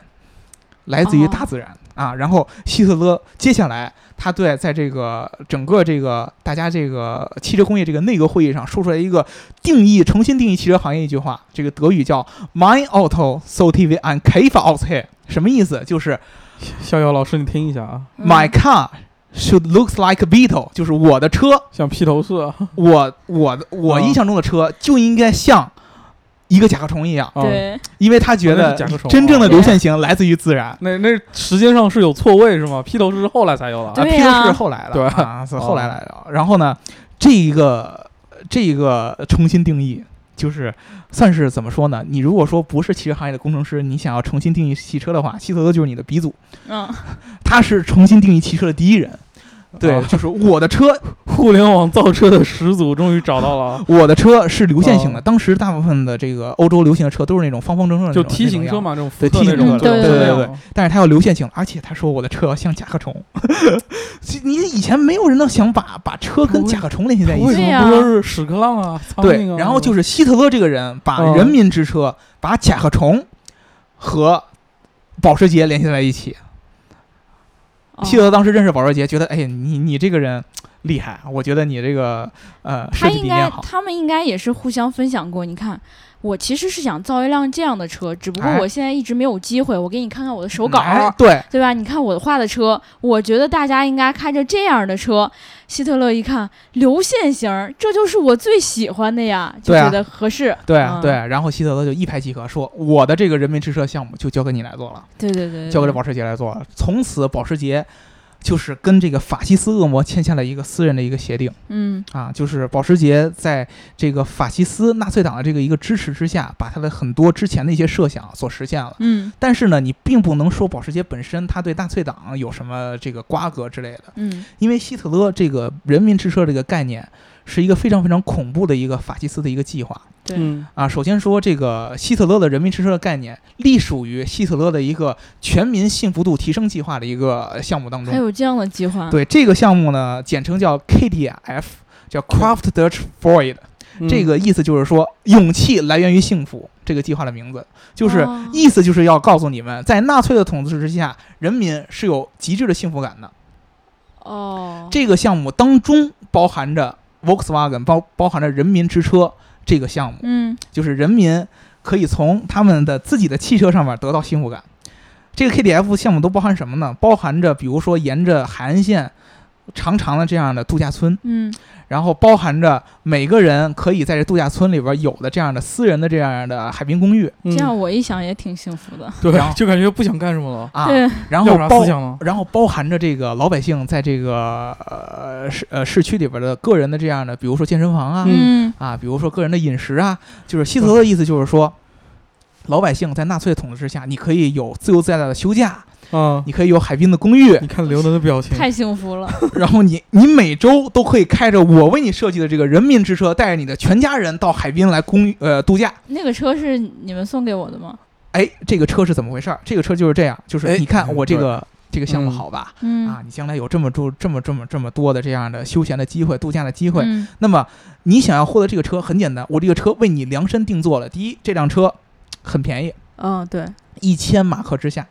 Speaker 2: 来自于
Speaker 1: 哦
Speaker 2: 大自然、啊。然后希特勒接下来他对在这个整个这个大家这个汽车工业这个内阁会议上说出来一个定义，重新定义汽车行业一句话，这个德语叫 “Mein Auto so TV and k a f a u t h e 什么意思？就是
Speaker 3: 逍遥老师你听一下啊，
Speaker 1: 嗯
Speaker 2: My car should looks like a beetle，就是我的车
Speaker 3: 像披头士啊，
Speaker 2: 我我的我
Speaker 3: 嗯
Speaker 2: 印象中的车就应该像一个甲壳虫一样，
Speaker 3: 啊
Speaker 1: 对，
Speaker 2: 因为他觉
Speaker 3: 那
Speaker 2: 得
Speaker 3: 是甲壳虫
Speaker 2: 真正的
Speaker 3: 啊
Speaker 2: 流线型来自于自然。
Speaker 3: 那那时间上是有错位是吗？披头士是后来才有的
Speaker 1: 对
Speaker 2: 啊，
Speaker 3: 啊，
Speaker 2: 披
Speaker 1: 呀
Speaker 2: 头士是后来的，
Speaker 3: 对哦
Speaker 2: 啊，是后来来的。然后呢，这一个这一个重新定义，就是算是怎么说呢？你如果说不是汽车行业的工程师，你想要重新定义汽车的话，希特勒就是你的鼻祖，
Speaker 1: 嗯，
Speaker 2: 他是重新定义汽车的第一人。对，
Speaker 3: 啊
Speaker 2: 就是我的车
Speaker 3: 互联网造车的始祖终于找到了 啊，
Speaker 2: 我的车是流线
Speaker 3: 哦
Speaker 2: 型的，当时大部分的这个欧洲流行的车都是那种方方正正的那
Speaker 3: 就
Speaker 2: 种，
Speaker 3: 梯形
Speaker 2: 那种
Speaker 3: 车
Speaker 2: 样子。
Speaker 3: 嘛，这种福
Speaker 2: 对
Speaker 3: 特
Speaker 2: 梯
Speaker 3: 那
Speaker 2: 形
Speaker 3: 种，
Speaker 1: 车对
Speaker 3: 对
Speaker 1: 对
Speaker 2: 对
Speaker 3: 对，
Speaker 2: 但是它要流线型，而且他说我的车像甲壳虫， 其实你以前没有人能想把把车跟甲壳虫联系在一
Speaker 3: 为
Speaker 2: 起。
Speaker 1: 对
Speaker 3: 什
Speaker 1: 呀
Speaker 3: 么不说是屎壳郎啊、苍
Speaker 2: 对
Speaker 3: 蝇啊？，
Speaker 2: 然后就是希特勒这个人把
Speaker 3: 嗯
Speaker 2: 人民之车、把甲壳虫和保时捷联系在一起。
Speaker 1: 哦
Speaker 2: 希特勒当时认识保时捷，觉得哎，你你这个人厉害，我觉得你这个呃设
Speaker 1: 他
Speaker 2: 计理
Speaker 1: 应该
Speaker 2: 念好，。
Speaker 1: 他们应该也是互相分享过。你看，我其实是想造一辆这样的车，只不过
Speaker 2: 哎
Speaker 1: 我现在一直没有机会。我给你看看我的手稿，
Speaker 2: 哎对，
Speaker 1: 对吧？你看我画的车，我觉得大家应该开着这样的车。希特勒一看流线型儿，这就是我最喜欢的呀，就
Speaker 2: 对啊
Speaker 1: 觉得合适。
Speaker 2: 对啊
Speaker 1: 嗯
Speaker 2: 对，然后希特勒就一拍即合，说我的这个人民之车项目就交给你来做了，
Speaker 1: 对对对对，
Speaker 2: 交给这保时捷来做了。从此，保时捷就是跟这个法西斯恶魔签下了一个私人的一个协定
Speaker 1: 嗯
Speaker 2: 啊，就是保时捷在这个法西斯纳粹党的这个一个支持之下，把他的很多之前的一些设想所实现了。
Speaker 1: 嗯
Speaker 2: 但是呢，你并不能说保时捷本身它对纳粹党有什么这个瓜葛之类的，
Speaker 1: 嗯，
Speaker 2: 因为希特勒这个人民之车这个概念是一个非常非常恐怖的一个法西斯的一个计划。
Speaker 1: 对，
Speaker 3: 嗯，
Speaker 2: 啊，首先说这个希特勒的人民吃车的概念，隶属于希特勒的一个全民幸福度提升计划的一个项目当
Speaker 1: 还
Speaker 2: 中。
Speaker 1: 有这样的计划。
Speaker 2: 嗯对这个项目呢，简称叫 KDF，叫 Kraft Dutch Freud，、
Speaker 3: 嗯
Speaker 2: 这个意思就是说勇气来源于幸福。这个计划的名字就是、
Speaker 1: 哦
Speaker 2: 意思就是要告诉你们，在纳粹的统治之下，人民是有极致的幸福感的。
Speaker 1: 哦，
Speaker 2: 这个项目当中包含着 Volkswagen，包包含着人民之车这个项目。
Speaker 1: 嗯
Speaker 2: 就是人民可以从他们的自己的汽车上面得到幸福感。这个 KDF 项目都包含什么呢？包含着比如说沿着海岸线长长的这样的度假村，
Speaker 1: 嗯
Speaker 2: 然后包含着每个人可以在这度假村里边有的这样的私人的这样的海滨公寓
Speaker 1: 这
Speaker 3: 嗯
Speaker 1: 样我一想也挺幸福的。
Speaker 2: 然后
Speaker 3: 对，就感觉不想干什么了，
Speaker 2: 啊，
Speaker 1: 对，
Speaker 2: 然
Speaker 3: 要
Speaker 2: 后
Speaker 3: 啥
Speaker 2: 包
Speaker 3: 思想了？
Speaker 2: 然后包含着这个老百姓在这个呃市呃市区里边的个人的这样的，比如说健身房啊，
Speaker 1: 嗯
Speaker 2: 啊，比如说个人的饮食啊，就是希特勒的意思就是说，老百姓在纳粹的统治之下，你可以有自由自在的休假，
Speaker 3: 啊，
Speaker 2: 你可以有海滨的公寓，
Speaker 3: 你看刘能的表
Speaker 2: 嗯
Speaker 3: 情，
Speaker 1: 太幸福了。
Speaker 2: 然后你你每周都可以开着我为你设计的这个人民之车，带着你的全家人到海滨来公寓呃度假。
Speaker 1: 那个车是你们送给我的吗？
Speaker 2: 哎，这个车是怎么回事儿？这个车就是这样，就是
Speaker 3: 哎
Speaker 2: 你看我这
Speaker 3: 对
Speaker 2: 个这个项目
Speaker 3: 嗯
Speaker 2: 好吧？
Speaker 1: 嗯
Speaker 2: 啊，你将来有这么多这么这么这么多的这样的休闲的机会、度假的机会，
Speaker 1: 嗯
Speaker 2: 那么你想要获得这个车很简单，我这个车为你量身定做了。第一，这辆车很便宜，
Speaker 1: 嗯、对，
Speaker 2: 一千马克之下，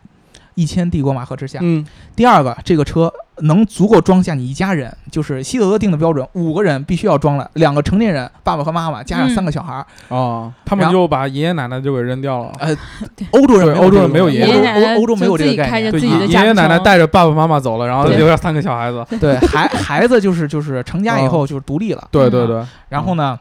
Speaker 2: 一千帝国马克之下。
Speaker 3: 嗯，
Speaker 2: 第二个，这个车能足够装下你一家人，就是希特勒定的标准，五个人必须要装了，两个成年人，爸爸和妈妈，加上
Speaker 1: 嗯
Speaker 2: 三个小孩儿。
Speaker 3: 哦，他们
Speaker 2: 然后
Speaker 3: 就把爷爷奶奶就给扔掉了，
Speaker 2: 呃，欧洲人
Speaker 3: 对
Speaker 2: 没有这个
Speaker 3: 欧洲人没有爷爷
Speaker 2: 欧洲
Speaker 1: 奶奶
Speaker 2: 欧欧洲没有这
Speaker 1: 就自
Speaker 2: 个
Speaker 1: 己
Speaker 2: 概
Speaker 1: 开着
Speaker 2: 念。
Speaker 3: 对，
Speaker 1: 自己
Speaker 3: 爷
Speaker 1: 的家
Speaker 3: 爷爷
Speaker 1: 庭
Speaker 3: 奶奶
Speaker 1: 成
Speaker 3: 带着爸爸妈妈走了，然后
Speaker 2: 对
Speaker 3: 留下三个小孩子，
Speaker 2: 对，孩孩子就是就是成家以
Speaker 3: 嗯
Speaker 2: 后就是独立了，
Speaker 3: 对对对，
Speaker 2: 然后呢，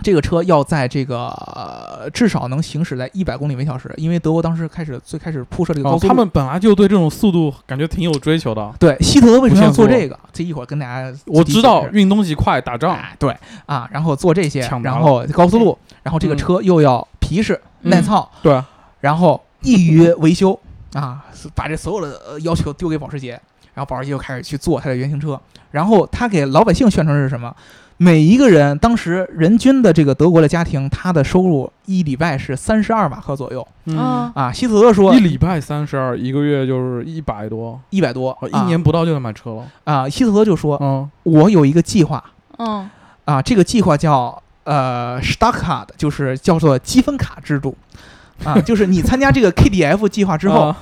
Speaker 2: 这个车要在这个、呃至少能行驶在一百公里每小时，因为德国当时开始最开始铺设这个高
Speaker 3: 哦，
Speaker 2: 速路、
Speaker 3: 他们本来就对这种速度感觉挺有追求的。
Speaker 2: 对希特勒为什么要做
Speaker 3: 不限
Speaker 2: 这个？这一会儿跟大家
Speaker 3: 我
Speaker 2: 具体
Speaker 3: 知
Speaker 2: 解
Speaker 3: 道
Speaker 2: 释。
Speaker 3: 运东西快，打仗，
Speaker 2: 啊，对啊，然后做这些，
Speaker 3: 抢答
Speaker 2: 然后高速路，然后这个
Speaker 3: 嗯
Speaker 2: 车又要皮实、
Speaker 1: 嗯
Speaker 2: 耐操，
Speaker 3: 对啊，
Speaker 2: 然后易于维修啊，把这所有的呃要求丢给保时捷，然后保时捷又开始去做它的原型车，然后他给老百姓宣传是什么？每一个人当时人均的这个德国的家庭，他的收入一礼拜是三十二马克左右
Speaker 1: 啊
Speaker 3: 嗯，
Speaker 2: 啊。希特勒说
Speaker 3: 一礼拜三十二，一个月就是一百多，
Speaker 2: 一百多，
Speaker 3: 哦一
Speaker 2: 啊
Speaker 3: 年不到就能买车了。
Speaker 2: 啊。希特勒就说，
Speaker 3: 嗯，
Speaker 2: 我有一个计划
Speaker 1: 嗯
Speaker 2: 啊，这个计划叫呃 s t a c k a d 就是叫做积分卡制度啊，就是你参加这个 KDF 计划之后，
Speaker 3: 啊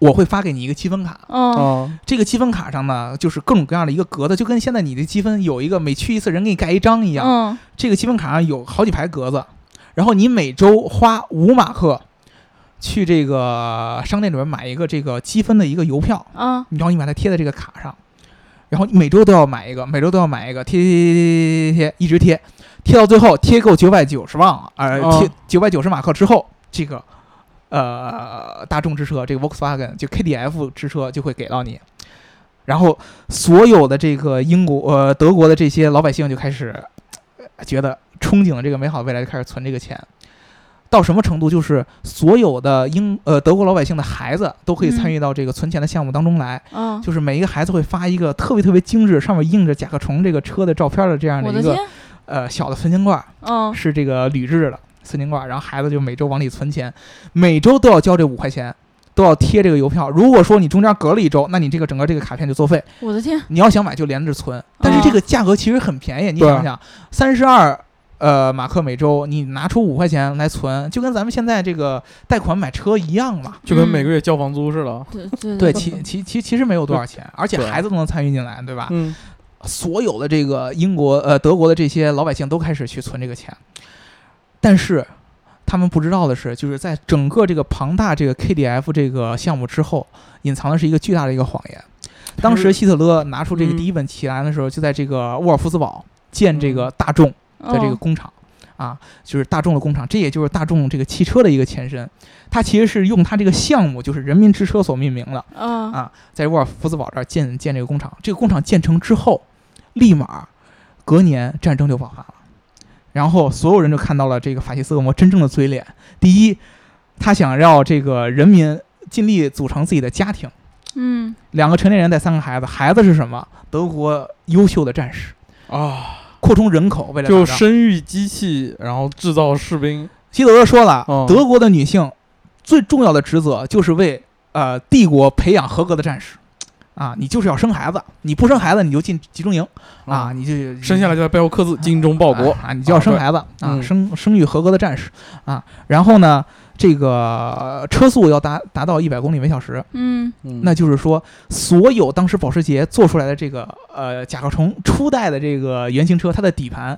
Speaker 2: 我会发给你一个积分卡。
Speaker 1: 嗯
Speaker 3: 啊，
Speaker 2: 这个积分卡上呢，就是各种各样的一个格子，就跟现在你的积分有一个每去一次人给你盖一张一样。
Speaker 1: 嗯，
Speaker 2: 这个积分卡上有好几排格子，然后你每周花五马克去这个商店里面买一个这个积分的一个邮票，
Speaker 1: 啊
Speaker 2: 然后你把它贴在这个卡上，然后每周都要买一个，每周都要买一个，贴贴贴贴贴贴，一直贴，贴到最后贴够九百九十万啊，呃，
Speaker 3: 哦
Speaker 2: 贴九百九十马克之后，这个呃大众之车，这个 Volkswagen 就 KDF 之车就会给到你。然后所有的这个英国呃德国的这些老百姓就开始呃觉得憧憬这个美好未来，就开始存这个钱。到什么程度？就是所有的英呃德国老百姓的孩子都可以参与到这个存钱的项目当中来。
Speaker 1: 嗯，
Speaker 2: 就是每一个孩子会发一个特别特别精致，上面印着甲壳虫这个车的照片的这样
Speaker 1: 我的
Speaker 2: 一个
Speaker 1: 天，
Speaker 2: 呃小的存钱罐，
Speaker 1: 嗯
Speaker 2: 是这个铝制的存钱罐，然后孩子就每周往里存钱，每周都要交这五块钱。都要贴这个邮票。如果说你中间隔了一周，那你这个整个这个卡片就作废。
Speaker 1: 我的天，
Speaker 2: 你要想买就连着存，但是这个价格其实很便宜。你
Speaker 3: 对
Speaker 2: 想想，三十二呃马克每周，你拿出五块钱来存，就跟咱们现在这个贷款买车一样嘛。
Speaker 3: 就跟每个月交房租似的。
Speaker 1: 对对
Speaker 2: 嗯对，其其其其实没有多少钱，而且
Speaker 3: 对
Speaker 2: 孩子都能参与进来，对吧？
Speaker 3: 嗯，
Speaker 2: 所有的这个英国呃德国的这些老百姓都开始去存这个钱，但是他们不知道的是，就是在整个这个庞大这个 KDF 这个项目之后，隐藏的是一个巨大的一个谎言。当时希特勒拿出这个
Speaker 3: 嗯
Speaker 2: 第一本旗兰的时候，就在这个沃尔夫斯堡建这个大众
Speaker 1: 哦
Speaker 2: 的这个工厂。啊，就是大众的工厂，这也就是大众这个汽车的一个前身。它其实是用它这个项目，就是人民之车所命名的。
Speaker 1: 啊
Speaker 2: 啊在沃尔夫斯堡这儿建建这个工厂。这个工厂建成之后，立马隔年战争就爆发了，然后所有人就看到了这个法西斯恶魔真正的嘴脸。第一，他想要这个人民尽力组成自己的家庭，
Speaker 1: 嗯
Speaker 2: 两个成年人带三个孩子，孩子是什么？德国优秀的战士，
Speaker 3: 啊，
Speaker 2: 扩充人口为了
Speaker 3: 就
Speaker 2: 打仗
Speaker 3: 生育机器，然后制造士兵。
Speaker 2: 希特勒说了，
Speaker 3: 哦
Speaker 2: 德国的女性最重要的职责就是为呃帝国培养合格的战士。啊，你就是要生孩子，你不生孩子你就进集中营啊，你嗯就
Speaker 3: 嗯生下来就在背后刻字“精忠报国
Speaker 2: 啊，你就要生孩子啊，
Speaker 3: 对嗯
Speaker 2: 生生育合格的战士啊。然后呢，这个呃车速要达达到一百公里每小时，
Speaker 1: 嗯”，
Speaker 2: 那就是说，所有当时保时捷做出来的这个呃甲壳虫初代的这个原型车，它的底盘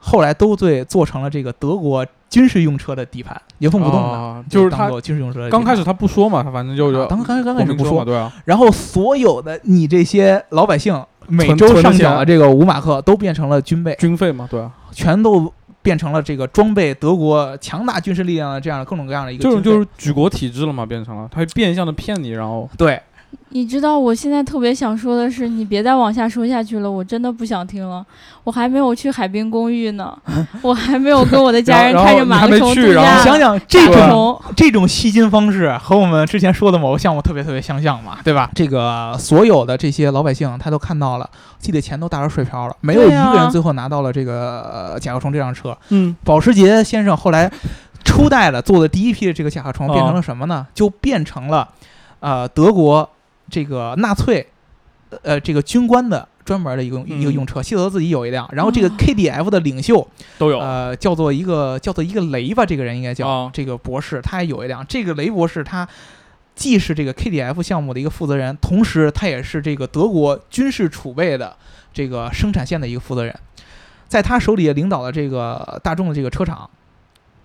Speaker 2: 后来都对做成了这个德国军事用车的底盘，原封不动的。
Speaker 3: 啊就是
Speaker 2: 当
Speaker 3: 他
Speaker 2: 做军事用车的底盘。
Speaker 3: 刚开始他不说嘛，他反正就是
Speaker 2: 啊当刚刚
Speaker 3: 我
Speaker 2: 开始
Speaker 3: 明
Speaker 2: 不
Speaker 3: 嘛
Speaker 2: 说，
Speaker 3: 对啊，
Speaker 2: 然后所有的你这些老百姓每
Speaker 3: 存
Speaker 2: 周
Speaker 3: 存的
Speaker 2: 上
Speaker 3: 钱
Speaker 2: 缴的这个五马克都变成了军备。
Speaker 3: 军费嘛，对啊，
Speaker 2: 全都变成了这个装备德国强大军事力量的这样的各种各样的一个
Speaker 3: 这种
Speaker 2: 军
Speaker 3: 就
Speaker 2: 费
Speaker 3: 是举国体制了嘛，变成了他变相的骗你，然后
Speaker 2: 对，
Speaker 1: 你知道我现在特别想说的是，你别再往下说下去了，我真的不想听了。我还没有去海滨公寓 呢，我还没有跟我的家人
Speaker 3: 然后
Speaker 1: 看着马克
Speaker 3: 然
Speaker 1: 虫
Speaker 3: 后你还没
Speaker 1: 度
Speaker 3: 去然后
Speaker 1: 假。
Speaker 2: 你想想这
Speaker 3: 啊
Speaker 1: 大
Speaker 2: 种
Speaker 1: 虫，
Speaker 2: 这种吸金方式和我们之前说的某个项目特别特别相像嘛，对吧？这个所有的这些老百姓他都看到了，自己的钱都打入水漂了，没有一
Speaker 1: 对啊
Speaker 2: 个人最后拿到了这个呃甲壳虫这辆车。
Speaker 3: 嗯，
Speaker 2: 保时捷先生后来初代的做的第一批的这个甲壳虫变成了什么呢？就变成了呃德国这个纳粹呃这个军官的专门的一个用一个
Speaker 3: 嗯
Speaker 2: 用车，希特勒自己有一辆，然后这个
Speaker 1: 哦
Speaker 2: KDF 的领袖
Speaker 3: 都有
Speaker 2: 呃叫做一个叫做一个雷吧，这个人应该叫、
Speaker 3: 哦
Speaker 2: 这个博士，他也有一辆，这个雷博士他。既是这个 KDF 项目的一个负责人，同时他也是这个德国军事储备的这个生产线的一个负责人，在他手里领导的这个大众的这个车厂，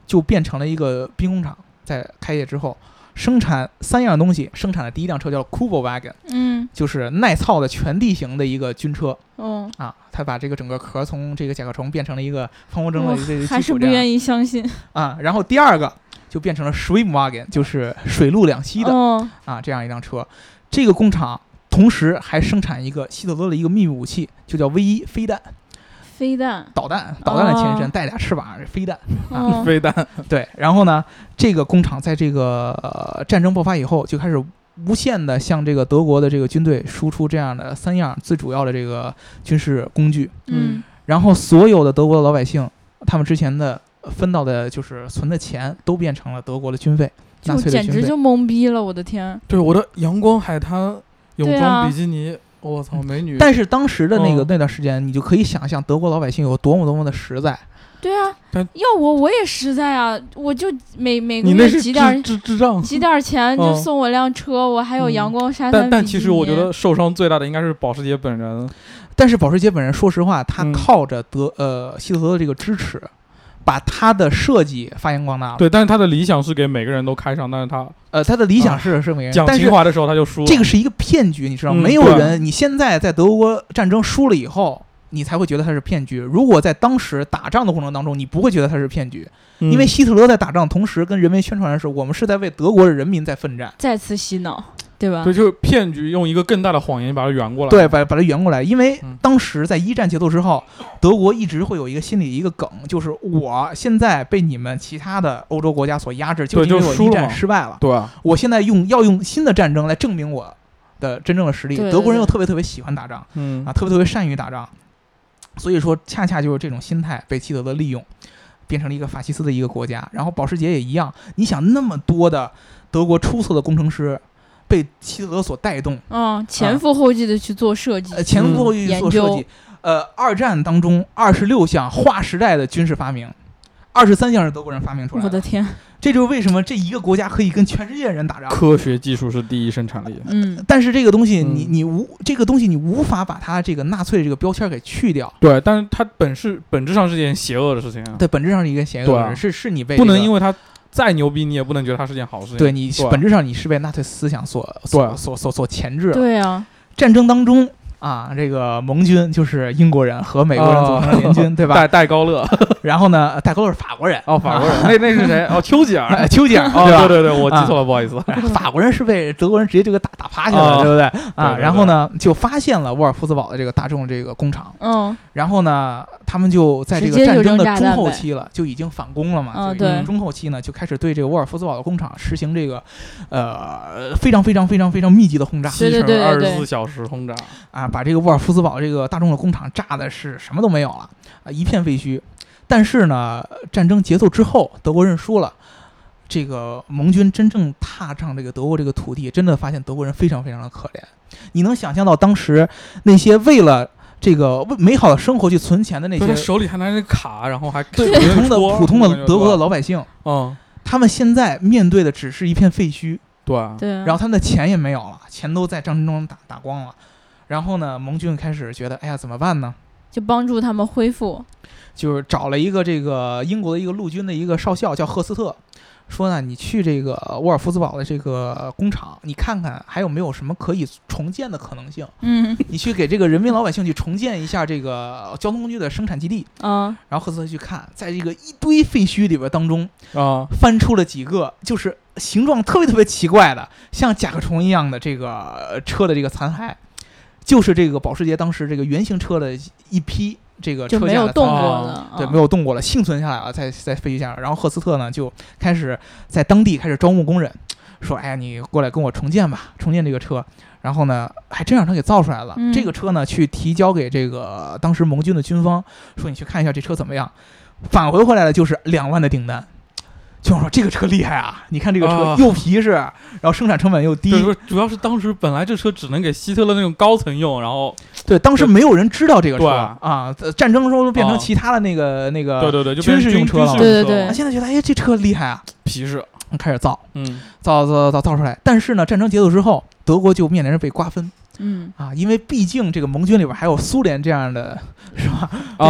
Speaker 2: 就变成了一个兵工厂。在开业之后，生产三样东西，生产的第一辆车叫 Kubo Wagon，
Speaker 1: 嗯
Speaker 2: 就是耐操的全地形的一个军车
Speaker 1: 嗯，
Speaker 2: 啊。他把这个整个壳从这个甲壳虫变成了一个方方正
Speaker 1: 我
Speaker 2: 正的这个
Speaker 1: 还是不
Speaker 2: 意
Speaker 1: 愿意相信。
Speaker 2: 啊。然后第二个就变成了 Swim Wagon，就是水陆两栖的
Speaker 1: 嗯
Speaker 2: 啊这样一辆车。这个工厂同时还生产一个希特勒的一个秘密武器，就叫 V 一飞弹
Speaker 1: 飞弹，
Speaker 2: 导弹，导弹的前身
Speaker 1: 哦
Speaker 2: 带俩翅膀飞弹。
Speaker 1: 嗯
Speaker 3: 啊飞弹
Speaker 2: 对，然后呢，这个工厂在这个、呃战争爆发以后就开始无限的向这个德国的这个军队输出这样的三样最主要的这个军事工具，
Speaker 1: 嗯
Speaker 2: 然后所有的德国的老百姓，他们之前的呃分到的就是存的钱都变成了德国的军费，纳
Speaker 1: 就
Speaker 2: 粹的
Speaker 1: 简
Speaker 2: 军
Speaker 1: 直
Speaker 2: 费。
Speaker 1: 就懵逼了，我的天！
Speaker 3: 对，我的阳光海滩泳
Speaker 1: 对啊
Speaker 3: 装比基尼，我操，美女！
Speaker 2: 嗯但是当时的那个
Speaker 3: 嗯
Speaker 2: 那段时间，你就可以想象德国老百姓有多么多么的实在。
Speaker 1: 对啊
Speaker 3: 但，
Speaker 1: 要我我也实在啊，我就每每个
Speaker 3: 你那
Speaker 1: 月
Speaker 3: 是
Speaker 1: 几点儿
Speaker 3: 智智智 障。
Speaker 1: 几点儿钱就
Speaker 3: 嗯
Speaker 1: 送我辆车，我还有
Speaker 3: 嗯
Speaker 1: 阳光沙滩比基
Speaker 3: 但
Speaker 1: 尼。
Speaker 3: 但其实我觉得受伤最大的应该是保时捷本人，
Speaker 2: 但是保时捷本人，说实话，他
Speaker 3: 嗯
Speaker 2: 靠着德、呃希特勒的这个支持，把他的设计发扬光大了。，
Speaker 3: 对，但是他的理想是给每个人都开上，但是他
Speaker 2: 呃，他的理想是、是美元，
Speaker 3: 讲
Speaker 2: 但
Speaker 3: 情
Speaker 2: 是
Speaker 3: 怀的时候他就输了。
Speaker 2: 这个是一个骗局，你知道吗？
Speaker 3: 嗯
Speaker 2: 没有
Speaker 3: 对
Speaker 2: 人，你现在在德国战争输了以后。你才会觉得它是骗局。如果在当时打仗的过程当中，你不会觉得它是骗局，
Speaker 3: 嗯
Speaker 2: 因为希特勒在打仗，同时跟人民宣传的是，我们是在为德国的人民在奋战。
Speaker 1: 再次洗脑，对吧？
Speaker 3: 对，就是骗局，用一个更大的谎言把它圆过来。
Speaker 2: 对，把把它圆过来。因为
Speaker 3: 嗯
Speaker 2: 当时在一战结束之后，德国一直会有一个心理一个梗，就是我现在被你们其他的欧洲国家所压制，就
Speaker 3: 对
Speaker 2: 是因为
Speaker 3: 就
Speaker 2: 我
Speaker 3: 输
Speaker 2: 一
Speaker 3: 了
Speaker 2: 战
Speaker 3: 嘛
Speaker 2: 失败了。
Speaker 3: 对啊，
Speaker 2: 我现在用要用新的战争来证明我的真正的实力。
Speaker 1: 对对
Speaker 2: 德国人又
Speaker 1: 对
Speaker 2: 特别特别喜欢打仗
Speaker 3: 嗯
Speaker 2: 啊，特别特别善于打仗，所以说恰恰就是这种心态被希特勒利用，变成了一个法西斯的一个国家。然后保时捷也一样，你想那么多的德国出色的工程师被希特勒所带动。
Speaker 1: 嗯，前赴后继的去做设计
Speaker 2: 呃，，前赴后继
Speaker 1: 嗯
Speaker 2: 做设
Speaker 1: 研
Speaker 2: 计。呃，二战当中二十六项划时代的军事发明，二十三项是德国人发明出来
Speaker 1: 我的
Speaker 2: 的。
Speaker 1: 天，
Speaker 2: 这就是为什么这一个国家可以跟全世界人打仗。
Speaker 3: 科学技术是第一生产力。
Speaker 1: 嗯，
Speaker 2: 但是这个东西你，你
Speaker 3: 嗯
Speaker 2: 无这个东西，你无法把它这个纳粹这个标签给去掉。
Speaker 3: 对，但是它本是本质上是件邪恶的事情啊，
Speaker 2: 对，本质上是一个邪恶的
Speaker 3: 对
Speaker 2: 事，
Speaker 3: 啊
Speaker 2: 是是你被、
Speaker 3: 不能因
Speaker 2: 为
Speaker 3: 为它再牛逼，你也不能觉得它是件好事情。
Speaker 2: 对你
Speaker 3: 对啊
Speaker 2: 本质上你是被纳粹思想所所
Speaker 3: 对啊
Speaker 2: 所所所钳制的。
Speaker 1: 对啊，
Speaker 2: 战争当中啊，这个盟军就是英国人和美国
Speaker 3: 哦
Speaker 2: 人组成的联军， 对吧？
Speaker 3: 戴戴高乐，
Speaker 2: 然后呢，代沟是法国人，
Speaker 3: 哦，法国人，那那是谁？哦，丘吉尔，
Speaker 2: 哎 丘吉尔，
Speaker 3: 哦，
Speaker 2: 吧？啊
Speaker 3: 对对对，我记错了，不好 意思。
Speaker 2: 法国人是被德国人直接就给打打趴下了，
Speaker 3: 啊
Speaker 2: 对不对啊？
Speaker 3: 对对对
Speaker 2: 然后呢，就发现了沃尔夫斯堡的这个大众这个工厂，
Speaker 1: 嗯，
Speaker 2: 然后呢，他们就在这
Speaker 1: 直
Speaker 2: 个
Speaker 1: 接就
Speaker 2: 战争的
Speaker 1: 扔炸
Speaker 2: 中
Speaker 1: 弹呗
Speaker 2: 后期了，就已经反攻了嘛。
Speaker 1: 嗯
Speaker 2: 就已经
Speaker 3: 对
Speaker 2: 中后期呢，就开始对这个沃尔夫斯堡的工厂实行这个，呃，非常非常非常非常密集的轰炸
Speaker 1: 对对对对
Speaker 3: 二
Speaker 1: 对
Speaker 3: 十四小时轰炸，
Speaker 2: 啊，把这个沃尔夫斯堡这个大众的工厂炸的是什么都没有了啊，一片废墟。但是呢，战争结束之后，德国认输了。这个盟军真正踏上这个德国这个土地，真的发现德国人非常非常的可怜。你能想象到当时那些为了这个为美好的生活去存钱的那
Speaker 3: 对他
Speaker 2: 些
Speaker 3: 手里还拿着卡，然后还
Speaker 2: 对普通的普通的德国的，老百姓，
Speaker 3: 嗯，
Speaker 2: 他们现在面对的只是一片废墟，
Speaker 3: 对，
Speaker 1: 对啊，
Speaker 2: 然后他们的钱也没有了，钱都在战争中打打光了。然后呢，盟军开始觉得，哎呀，怎么办呢？
Speaker 1: 就帮助他们恢复，
Speaker 2: 就是找了一个这个英国的一个陆军的一个少校叫赫斯特，说呢，你去这个沃尔夫斯堡的这个工厂，你看看还有没有什么可以重建的可能性，
Speaker 1: 嗯
Speaker 2: 你去给这个人民老百姓去重建一下这个交通工具的生产基地。
Speaker 1: 啊，
Speaker 2: 然后赫斯特去看，在这个一堆废墟里边当中，
Speaker 3: 啊，
Speaker 2: 翻出了几个就是形状特别特别奇怪的，像甲壳虫一样的这个呃车的这个残骸，就是这个保时捷当时这个原型车的一批这个
Speaker 1: 就
Speaker 2: 车
Speaker 1: 没
Speaker 2: 架
Speaker 1: 有
Speaker 2: 的
Speaker 1: 动
Speaker 2: 残骸
Speaker 1: 过
Speaker 3: 啊
Speaker 1: 的，
Speaker 2: 对，
Speaker 1: 啊
Speaker 2: 没有动过了，幸存下来了，在在废墟下。然后赫斯特呢，就开始在当地开始招募工人，说：“哎呀，你过来跟我重建吧，重建这个车。”然后呢，还真让他给造出来了。
Speaker 1: 嗯
Speaker 2: 这个车呢，去提交给这个当时盟军的军方，说：“你去看一下这车怎么样。”返回回来的就是两万的订单。就说这个车厉害啊！你看这个车
Speaker 3: 啊
Speaker 2: 又皮实，然后生产成本又低
Speaker 3: 对，，不是，主要是当时本来这车只能给希特勒那种高层用，然后
Speaker 2: 对，当时
Speaker 3: 对
Speaker 2: 没有人知道这个车
Speaker 3: 对
Speaker 2: 啊。呃战争中都变成
Speaker 3: 啊
Speaker 2: 其他的那个那
Speaker 3: 对
Speaker 2: 个，
Speaker 3: 对对，就
Speaker 2: 呃军
Speaker 3: 变
Speaker 2: 事
Speaker 3: 成
Speaker 2: 用
Speaker 3: 军
Speaker 2: 车了嘛
Speaker 3: 军事用
Speaker 1: 对对
Speaker 2: 啊
Speaker 1: 对
Speaker 2: 现在觉得哎这车厉害啊，
Speaker 3: 皮实，
Speaker 2: 开始造。
Speaker 3: 嗯，
Speaker 2: 造造造造出来。但是呢，战争结束之后，德国就面临着被瓜分
Speaker 1: 嗯，
Speaker 2: 啊，因为毕竟这个盟军里边还有苏联这样的，是吧？
Speaker 3: 啊，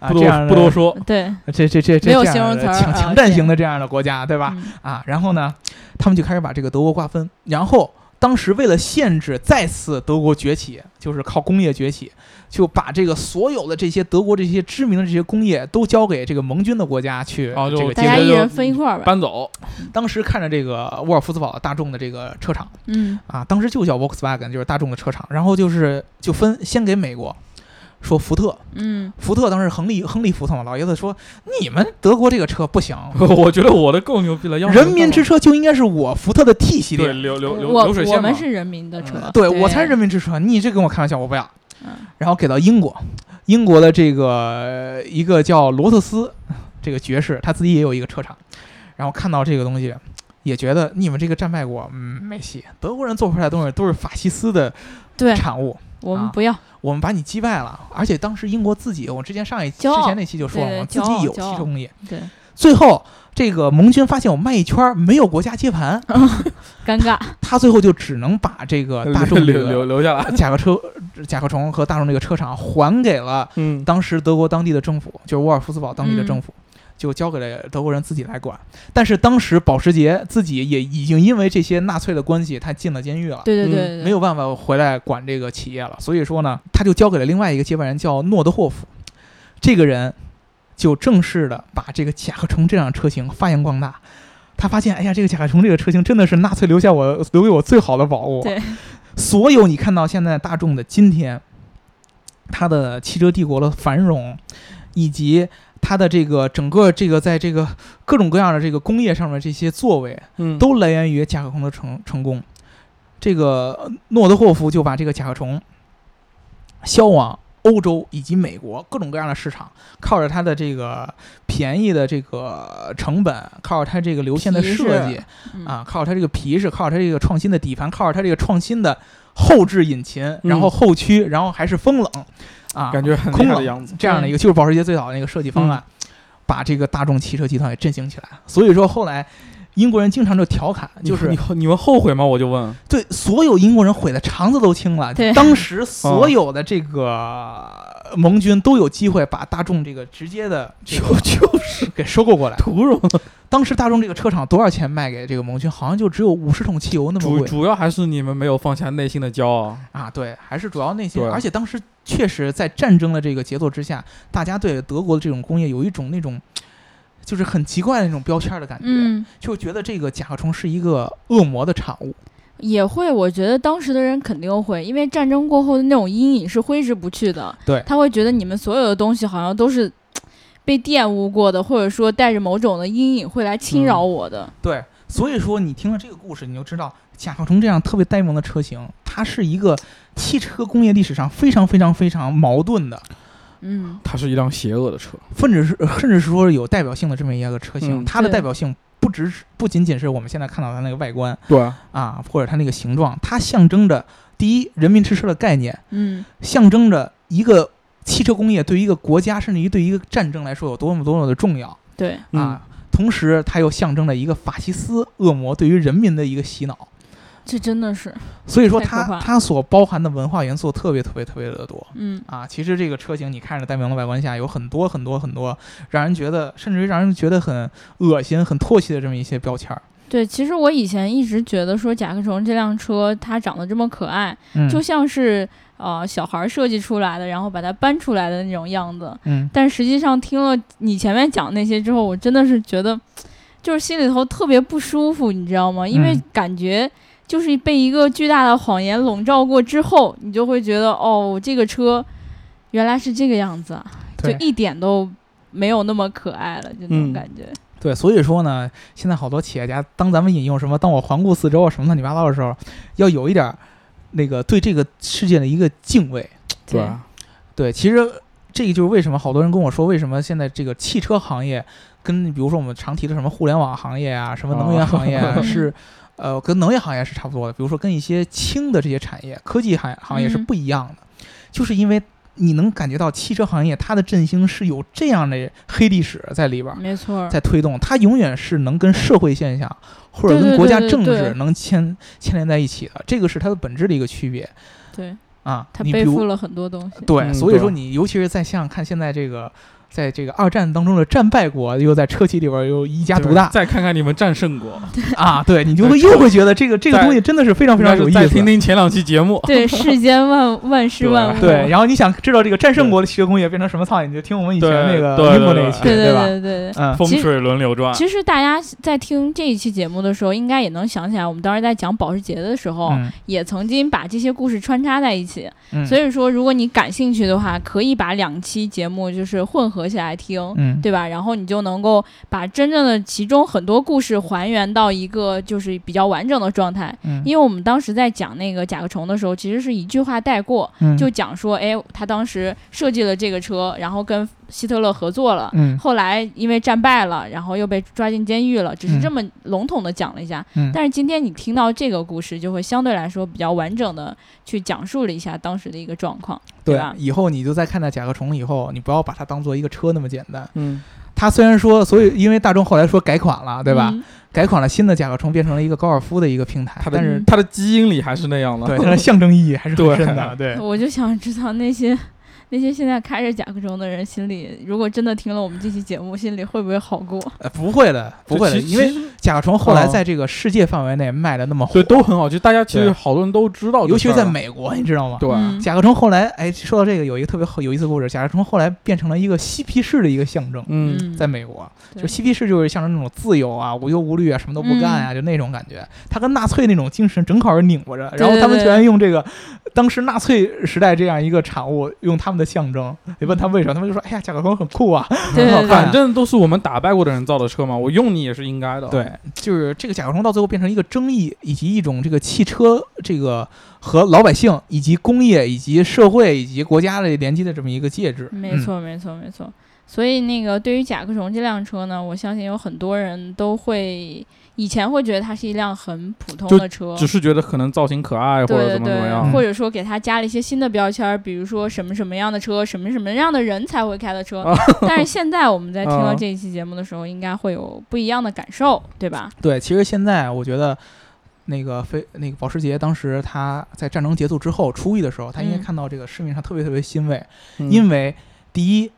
Speaker 2: 啊，
Speaker 3: 不
Speaker 2: 这样的
Speaker 3: 多不多，说，
Speaker 1: 对，
Speaker 2: 这这这这
Speaker 1: 没有
Speaker 2: 这样
Speaker 1: 形
Speaker 2: 的
Speaker 1: 容词儿
Speaker 2: 强
Speaker 1: 啊
Speaker 2: 强占
Speaker 1: 对
Speaker 2: 型的这样的国家，对吧？
Speaker 1: 嗯
Speaker 2: 啊，然后呢，他们就开始把这个德国瓜分，然后。当时为了限制再次德国崛起，就是靠工业崛起，就把这个所有的这些德国这些知名的这些工业都交给这个盟军的国家去
Speaker 3: 啊就
Speaker 2: 这个
Speaker 1: 大
Speaker 2: 接
Speaker 1: 家
Speaker 2: 管。
Speaker 1: 一
Speaker 3: 就
Speaker 1: 人分一块儿吧，
Speaker 3: 搬走，
Speaker 2: 当时看着这个沃尔夫斯堡大众的这个车厂，
Speaker 1: 嗯
Speaker 2: 啊，当时就叫 Volkswagen，就是大众的车厂。然后就是就分先给美国，说福特，
Speaker 1: 嗯，
Speaker 2: 福特当时亨利亨利福特嘛，老爷子说你们德国这个车不行，
Speaker 3: 我觉得我的更牛逼了，要不
Speaker 2: 人民之车就应该是我福特的 T 系
Speaker 3: 对
Speaker 2: 列，
Speaker 3: 流流流
Speaker 1: 我
Speaker 3: 流水
Speaker 1: 我
Speaker 3: 线嘛
Speaker 1: 们，是人民的车，
Speaker 2: 嗯对我才是人民之车，你这跟我开玩笑，我不要。
Speaker 1: 嗯
Speaker 2: 然后给到英国，英国的这个一个叫罗特斯这个爵士，他自己也有一个车厂，然后看到这个东西，也觉得你们这个战败国，嗯，没戏，德国人做出来的东西都是法西斯的
Speaker 1: 对，
Speaker 2: 产物。
Speaker 1: 我们
Speaker 2: 啊
Speaker 1: 不要，
Speaker 2: 我们把你击败了，而且当时英国自己，我之前上一之
Speaker 1: 骄傲
Speaker 2: 前那期就说了嘛，
Speaker 1: 对
Speaker 2: 自
Speaker 1: 对
Speaker 2: 己有汽
Speaker 1: 骄傲
Speaker 2: 车工业。
Speaker 1: 对，
Speaker 2: 最后，这个盟军发现我卖一圈儿没有国家接 盘，
Speaker 1: 尴尬，
Speaker 2: 他最后就只能把这个大众这
Speaker 3: 呃留留
Speaker 2: 个
Speaker 3: 留下来，
Speaker 2: 甲壳车、甲壳虫和大众这个车厂还给了
Speaker 3: 嗯，
Speaker 2: 当时德国当地的政府，就是沃尔夫斯堡当地的政府，
Speaker 1: 嗯
Speaker 2: 就交给了德国人自己来管。但是当时保时捷自己也已经因为这些纳粹的关系，他进了监狱了。
Speaker 1: 对对
Speaker 3: 嗯
Speaker 1: 对对，对
Speaker 2: 没有办法回来管这个企业了，所以说呢，他就交给了另外一个接班人，叫诺德霍夫。这个人就正式的把这个甲壳虫这辆车型发扬光大。他发现，哎呀，这个甲壳虫这个车型真的是纳粹留下我留给我最好的宝物。
Speaker 1: 对，
Speaker 2: 所有你看到现在大众的今天，它的汽车帝国的繁荣，以及它的这个整个这个在这个各种各样的这个工业上面这些作为，
Speaker 3: 嗯
Speaker 2: 都来源于甲壳虫的成成功。这个呃诺德霍夫就把这个甲壳虫销往欧洲以及美国各种各样的市场，靠着它的这个便宜的这个呃成本，靠着它这个流线的
Speaker 1: 皮
Speaker 2: 设计
Speaker 1: 嗯
Speaker 2: 啊，靠着它这个皮实，靠着它这个创新的底盘，靠着它这个创新的后置引擎，然
Speaker 1: 嗯
Speaker 2: 后后驱，然后还是风冷啊，
Speaker 3: 感觉很厉
Speaker 2: 空
Speaker 3: 害
Speaker 2: 了
Speaker 3: 的样子，
Speaker 2: 这样的一个，就是保时捷最早的那个设计方案，把这个大众汽车集团给振兴起来。所以说后来英国人经常就调侃，就是
Speaker 3: 你你你们后悔吗？我就 问，
Speaker 2: 对所有英国人悔的肠子都青了
Speaker 1: 对。
Speaker 2: 当时所有的这个盟军都有机会把大众这个直接的这个
Speaker 3: 就是
Speaker 2: 给收购过来。
Speaker 3: 图什么？
Speaker 2: 当时大众这个车厂多少钱卖给这个盟军？好像就只有五十桶汽油那么
Speaker 3: 主
Speaker 2: 贵
Speaker 3: 主要还是你们没有放下内心的骄傲，
Speaker 2: 啊！对，还是主要那些。
Speaker 3: 对
Speaker 2: 而且当时确实在战争的这个节奏之下，大家对德国的这种工业有一种那种。就是很奇怪的那种标签的感觉，
Speaker 1: 嗯，
Speaker 2: 就觉得这个甲壳虫是一个恶魔的产物。
Speaker 1: 也会，我觉得当时的人肯定会，因为战争过后的那种阴影是挥之不去的。
Speaker 2: 对
Speaker 1: 他会觉得你们所有的东西好像都是被玷污过的，或者说带着某种的阴影会来侵扰我的。
Speaker 2: 对，所以说你听了这个故事，你就知道甲壳虫这样特别呆萌的车型，它是一个汽车工业历史上非常非常非常矛盾的，
Speaker 1: 嗯，
Speaker 3: 它是一辆邪恶的车，
Speaker 2: 甚至是甚至是说有代表性的这么一个车型。
Speaker 3: 嗯
Speaker 2: 它的
Speaker 1: 对
Speaker 2: 代表性不只是不仅仅是我们现在看到它那个外观
Speaker 3: 对，
Speaker 2: 啊，或者它那个形状，它象征着第一人民吃车的概念，
Speaker 1: 嗯
Speaker 2: 象征着一个汽车工业对于一个国家甚至于对于一个战争来说有多么多么的重要。
Speaker 1: 对，
Speaker 3: 嗯
Speaker 2: 啊，同时它又象征了一个法西斯恶魔对于人民的一个洗脑。
Speaker 1: 这真的是，
Speaker 2: 所以说
Speaker 1: 太可怕
Speaker 2: 它
Speaker 1: 了
Speaker 2: 它所包含的文化元素特别特别特别的多
Speaker 1: 嗯，
Speaker 2: 啊！其实这个车型你看着戴明的外观下有很多很多很多让人觉得甚至于让人觉得很恶心、很唾弃的这么一些标签儿。
Speaker 1: 对。其实我以前一直觉得说甲壳虫这辆车它长得这么可爱，
Speaker 2: 嗯，
Speaker 1: 就像是呃小孩儿设计出来的，然后把它搬出来的那种样子。
Speaker 2: 嗯，
Speaker 1: 但实际上听了你前面讲那些之后，我真的是觉得，就是心里头特别不舒服，你知道吗？因为
Speaker 2: 嗯
Speaker 1: 感觉就是被一个巨大的谎言笼罩过之后，你就会觉得，哦，这个车原来是这个样子啊，就
Speaker 2: 对
Speaker 1: 一点都没有那么可爱了，就那种
Speaker 3: 嗯
Speaker 1: 感觉。
Speaker 2: 对，所以说呢，现在好多企业家当咱们引用什么“当我环顾四周”啊什么乱七八糟的时候，要有一点儿那个对这个世界的一个敬畏。
Speaker 3: 对啊
Speaker 1: 对，
Speaker 2: 对，啊其实这个就是为什么好多人跟我说，为什么现在这个汽车行业跟比如说我们常提的什么互联网行业啊，什么能源行业啊、
Speaker 1: 哦
Speaker 2: 是。呃，跟能源行业是差不多的，比如说跟一些轻的这些产业、科技行行业是
Speaker 1: 嗯
Speaker 2: 不一样的，就是因为你能感觉到汽车行业它的振兴是有这样的黑历史在里边儿，
Speaker 1: 没错儿。
Speaker 2: 在推动，它永远是能跟社会现象或者
Speaker 1: 对
Speaker 2: 跟
Speaker 1: 对
Speaker 2: 国
Speaker 1: 对
Speaker 2: 家
Speaker 1: 对
Speaker 2: 政
Speaker 1: 对
Speaker 2: 治能牵牵连在一起的，这个是它的本质的一个区别
Speaker 1: 对，
Speaker 2: 啊。
Speaker 1: 他
Speaker 2: 你
Speaker 1: 背
Speaker 2: 比如
Speaker 1: 负了很多东西。
Speaker 2: 对，
Speaker 3: 嗯
Speaker 2: 所以
Speaker 3: 对
Speaker 2: 说你尤其是在像看现在这个在这个二战当中的战败国，又在车企里边又一家独大
Speaker 3: 再看看你们战胜国，
Speaker 2: 啊，对你就会又会觉得这个这个东西真的是 非常非常有意
Speaker 3: 再
Speaker 2: 思
Speaker 3: 听。听前两期节目，
Speaker 1: 对世间万万事万物，
Speaker 2: 对，然后你想知道这个战胜国的汽车工业变成什么操，你就听我们以前那个
Speaker 3: 对对
Speaker 2: 英国那一期，
Speaker 1: 对对
Speaker 2: 吧？
Speaker 1: 对对对。
Speaker 2: 嗯，
Speaker 3: 风
Speaker 1: 其实
Speaker 3: 水轮流转，
Speaker 1: 其实大家在听这一期节目的时候，应该也能想起来，我们当时在讲保时捷的时候，
Speaker 2: 嗯
Speaker 1: 也曾经把这些故事穿插在一起。
Speaker 2: 嗯，
Speaker 1: 所
Speaker 2: 以
Speaker 1: 以说，如果你感兴趣的话，可以把两期节目就是混合起来听，
Speaker 2: 嗯，
Speaker 1: 对吧？然后你就能够把真正的其中很多故事还原到一个就是比较完整的状态。
Speaker 2: 嗯，
Speaker 1: 因为我们当时在讲那个甲壳虫的时候，其实是一句话带过，
Speaker 2: 嗯
Speaker 1: 就讲说，哎，他当时设计了这个车，然后跟希特勒合作了。
Speaker 2: 嗯
Speaker 1: 后来因为战败了，然后又被抓进监狱了，只是
Speaker 2: 嗯
Speaker 1: 这么笼统的讲了一下。
Speaker 2: 嗯
Speaker 1: 但是今天你听到这个故事，就会相对来说比较完整的去讲述了一下当时的一个状况，
Speaker 2: 对啊
Speaker 1: 吧，？
Speaker 2: 以后你就在看到甲壳虫以后，你不要把它当做一个车那么简单。
Speaker 3: 嗯，
Speaker 2: 它虽然说，所以因为大众后来说改款了，对吧？
Speaker 1: 嗯
Speaker 2: 改款了新的甲壳虫变成了一个高尔夫的一个平台
Speaker 3: 他，
Speaker 2: 但是
Speaker 3: 的他的基因里还是那样 了，
Speaker 2: 对它的象征意义还是很
Speaker 3: 对
Speaker 2: 深 的，对。
Speaker 1: 嗯我就想知道那些那些现在开着甲壳虫的人心里，如果真的听了我们这期节目，心里会不会好过？
Speaker 2: 呃，不会的，不
Speaker 3: 就
Speaker 2: 会的，
Speaker 3: 其
Speaker 2: 因为
Speaker 3: 其实
Speaker 2: 甲壳虫后来
Speaker 3: 哦
Speaker 2: 在这个世界范围内卖的那么火
Speaker 3: 对，都很好，就大家其
Speaker 2: 对
Speaker 3: 实好多人都知道这
Speaker 2: 尤其
Speaker 3: 事儿
Speaker 2: 是
Speaker 3: 了，
Speaker 2: 在美国，你知道吗？
Speaker 3: 对啊
Speaker 1: 嗯
Speaker 2: 甲壳虫后来，哎，说到这个有一个特别好有意思的故事，甲壳虫后来变成了一个嬉皮士的一个象征，
Speaker 3: 嗯，
Speaker 2: 在美国，就
Speaker 1: 对
Speaker 2: 嬉皮士就是象征那种自由啊、无忧无虑啊、什么都不干
Speaker 1: 嗯
Speaker 2: 啊，就那种感觉。他跟纳粹那种精神正好是拧巴着，然后
Speaker 1: 对
Speaker 2: 他们
Speaker 1: 对
Speaker 2: 居然用这个当时纳粹时代这样一个产物，用他们的象征。你问他为什么，他们就说：“哎呀，甲壳虫很酷啊。
Speaker 1: 对
Speaker 2: 很好
Speaker 1: 对对
Speaker 2: 看
Speaker 3: 反正都是我们打败过的人造的车嘛，我用你也是应
Speaker 1: 哦
Speaker 3: 该的。”，
Speaker 2: 对，就是这个甲壳虫到最后变成一个争议，以及一种这个汽车这个和老百姓以及工业以及社会以及国家的联机的这么一个介质。嗯
Speaker 1: 没错，没错，没错。所以那个对于甲壳虫这辆车呢，我相信有很多人都会以前会觉得它是一辆很普通的车，
Speaker 3: 只是觉得可能造型可爱啊或者
Speaker 1: 对对
Speaker 3: 怎么怎么
Speaker 1: 对，
Speaker 3: 样。
Speaker 1: 或者说给它加了一些新的标签儿，比如说什么什么样的车，什么什么样的人才会开的车。
Speaker 3: 啊
Speaker 1: 但是现在我们在听
Speaker 3: 啊
Speaker 1: 到这一期节目的时候，应该会有不一样的感受，对吧？
Speaker 2: 嗯。对，其实现在我觉得。那个非那个保时捷当时他在战争结束之后出狱的时候，他应该
Speaker 1: 嗯
Speaker 2: 看到这个市面上特别特别欣慰，
Speaker 3: 嗯
Speaker 2: 因为第一，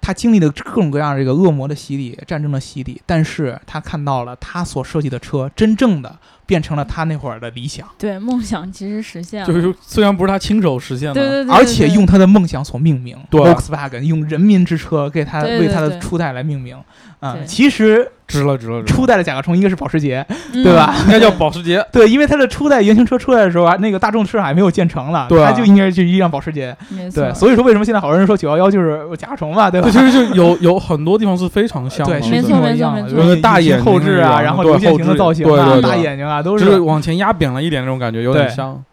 Speaker 2: 他经历了各种各样这个恶魔的洗礼、战争的洗礼，但是他看到了他所设计的车真正的变成了他那会儿的理想，
Speaker 1: 对，梦想其实实现了，
Speaker 3: 就是虽然不是他亲手实现的，
Speaker 1: 对对对对
Speaker 2: 而且用他的梦想所命名。
Speaker 3: 对
Speaker 2: Volkswagen 用人民之车给他
Speaker 1: 对
Speaker 2: 为
Speaker 1: 对
Speaker 2: 他的
Speaker 1: 对
Speaker 2: 初代来命名。啊、
Speaker 1: 对
Speaker 2: 其实
Speaker 3: 值了值了值了，
Speaker 2: 初代的甲壳虫一个是保时捷，
Speaker 1: 嗯
Speaker 2: 对吧？
Speaker 3: 应该叫保时捷。
Speaker 2: 对，因为它的初代原型车出来的时候啊，那个大众市场还没有建成了，
Speaker 3: 对啊
Speaker 2: 它就应该就一辆保时捷。
Speaker 1: 没错
Speaker 2: 对，，所以说为什么现在好多人说九幺幺就是甲壳虫嘛，对吧
Speaker 3: 对，？其实就有有很多地方是非常像的，
Speaker 2: 对，
Speaker 1: 没
Speaker 2: 是
Speaker 1: 错
Speaker 2: 一模一
Speaker 1: 没错
Speaker 2: 样的
Speaker 1: 没
Speaker 2: 就
Speaker 1: 错
Speaker 2: 是
Speaker 3: 有大
Speaker 2: 引擎
Speaker 3: 眼
Speaker 2: 后
Speaker 3: 睛
Speaker 2: 置
Speaker 3: 一
Speaker 2: 啊，
Speaker 3: 样
Speaker 2: 然后
Speaker 3: 对
Speaker 2: 流线
Speaker 3: 后
Speaker 2: 型的
Speaker 3: 置
Speaker 2: 造型
Speaker 3: 对
Speaker 2: 啊，
Speaker 3: 对
Speaker 2: 大
Speaker 1: 对
Speaker 2: 眼睛啊，都
Speaker 3: 只是
Speaker 2: 是
Speaker 3: 往前压扁了一点那种感觉，有点
Speaker 2: 对
Speaker 3: 像。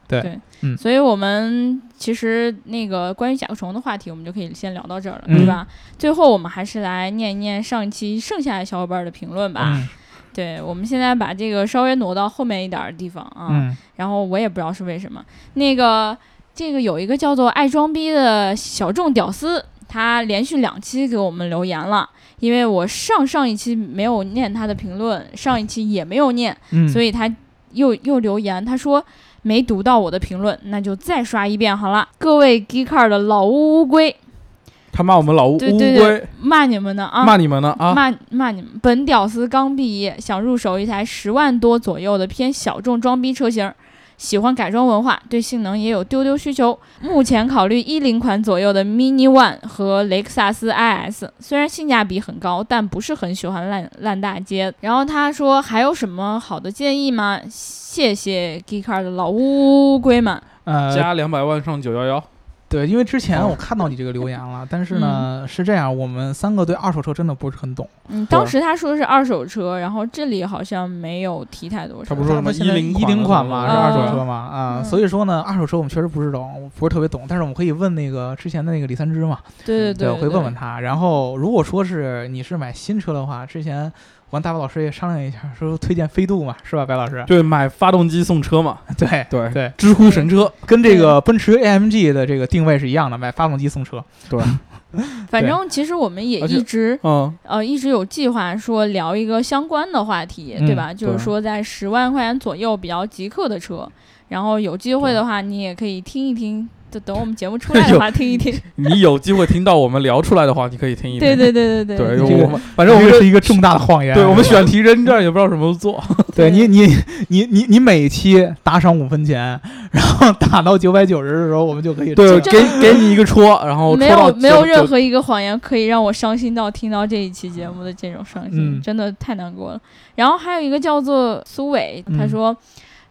Speaker 1: 所以我们其实那个关于甲壳虫的话题，我们就可以先聊到这儿了，
Speaker 2: 嗯
Speaker 1: 对吧？最后我们还是来念一念上一期剩下的小伙伴的评论吧。
Speaker 2: 嗯
Speaker 1: 对，我们现在把这个稍微挪到后面一点儿的地方啊。
Speaker 2: 嗯
Speaker 1: 然后我也不知道是为什么，那个这个有一个叫做爱装逼的小众屌丝，他连续两期给我们留言了，因为我上上一期没有念他的评论，上一期也没有念，
Speaker 2: 嗯，
Speaker 1: 所
Speaker 2: 以
Speaker 1: 以他又又留言，他说没读到我的评论，那就再刷一遍好了。各位 Geeker 的老乌乌龟，
Speaker 3: 他骂我们老乌乌
Speaker 1: 对对
Speaker 3: 龟，
Speaker 1: 骂你们呢啊！
Speaker 3: 骂你们呢啊！
Speaker 1: 骂骂你们！本屌丝刚毕业，想入手一台十万多左右的偏小众装逼车型，喜欢改装文化，对性能也有丢丢需求。目前考虑一零款左右的 Mini One 和雷克萨斯 IS，虽然性价比很高，但不是很喜欢烂烂大街。然后他说还有什么好的建议吗？谢谢 Geekcar 的老乌龟们。啊
Speaker 2: 呃，
Speaker 3: 加两百万上九幺幺，
Speaker 2: 对，因为之前
Speaker 3: 哦
Speaker 2: 我看到你这个留言了，但是呢，是这样，我们三个对二手车真的不是很懂，
Speaker 1: 嗯，当
Speaker 3: 对
Speaker 1: 时他说是二手车，然后这里好像没有提太多
Speaker 3: 他
Speaker 1: 少
Speaker 3: 不。是说什么
Speaker 2: 现在
Speaker 3: 10
Speaker 2: 一零款
Speaker 3: 款
Speaker 2: 嘛，
Speaker 3: 嘛
Speaker 2: 是
Speaker 1: 嗯
Speaker 2: 二手车嘛啊，
Speaker 1: 嗯
Speaker 2: 所以说呢，二手车我们确实不是懂，我不是特别懂，但是我们可以问那个之前的那个李三枝嘛，
Speaker 1: 对对
Speaker 2: 对，我会
Speaker 1: 对
Speaker 2: 问问他。然后如果说是你是买新车的话，之前我跟大宝老师也商量一下，说推荐飞度嘛，是吧，白老师？
Speaker 3: 对，买发动机送车嘛，
Speaker 2: 对
Speaker 3: 对，
Speaker 2: 对，
Speaker 3: 知乎神车，
Speaker 2: 跟这个奔驰 AMG 的这个定位是一样的，买发动机送车。
Speaker 1: 反
Speaker 2: 对
Speaker 1: 正其实我们也
Speaker 3: 而且
Speaker 1: 一直
Speaker 3: 嗯，
Speaker 1: 呃，一直有计划说聊一个相关的话题，
Speaker 2: 嗯
Speaker 1: 对吧？就是
Speaker 3: 对
Speaker 1: 说在十万块钱左右比较极客的车，然后有机会的话，你也可以听一听就等我们节目 出来的话听一听。
Speaker 3: 你有机会听到我们聊出来的话，你可以听一听。
Speaker 1: 对对对对
Speaker 3: 对，
Speaker 2: 这
Speaker 3: 我
Speaker 2: 个
Speaker 3: 们反正我们
Speaker 2: 这
Speaker 3: 这
Speaker 2: 是一个重大的谎言。啊
Speaker 3: 对我们选题扔这儿也不知道什么时候 做。
Speaker 2: 对你你你你你每期打赏五分钱，然后打到九百九十的时候，我们就可以
Speaker 3: 对，
Speaker 2: 吃
Speaker 1: 这
Speaker 3: 给给你一个戳，然后
Speaker 1: 没
Speaker 3: 戳到
Speaker 1: 有没有
Speaker 3: 就
Speaker 1: 任
Speaker 3: 就
Speaker 1: 何一个谎言可以让我伤心到听到这一期节目的这种伤心，
Speaker 2: 嗯
Speaker 1: 真的太难过了。然后还有一个叫做苏伟，他
Speaker 2: 嗯
Speaker 1: 说。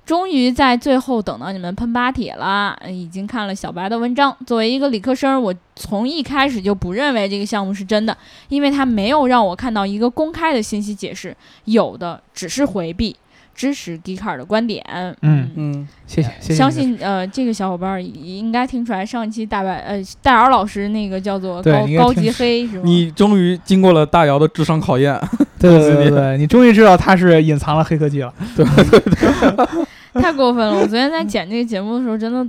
Speaker 1: 终于在最后等到你们喷巴铁啦！已经看了小白的文章。作为一个理科生，我从一开始就不认为这个项目是真的，因为他没有让我看到一个公开的信息解释，有的只是回避支持笛卡尔的观点。
Speaker 2: 嗯
Speaker 3: 嗯，
Speaker 2: 谢谢谢谢。
Speaker 1: 相信呃，这个小伙伴儿应该听出来，上一期大白呃大姚老师那个叫做
Speaker 2: 对
Speaker 1: 高
Speaker 2: 应该
Speaker 1: 高
Speaker 2: 听
Speaker 1: 级
Speaker 2: 出
Speaker 1: 黑是吗？
Speaker 3: 你终于经过了大姚的智商考验，
Speaker 2: 对对对对对，你终于知道他是隐藏了黑科技了。
Speaker 1: 太过分了！我昨天
Speaker 2: 嗯
Speaker 1: 在剪这个节目的时候，真的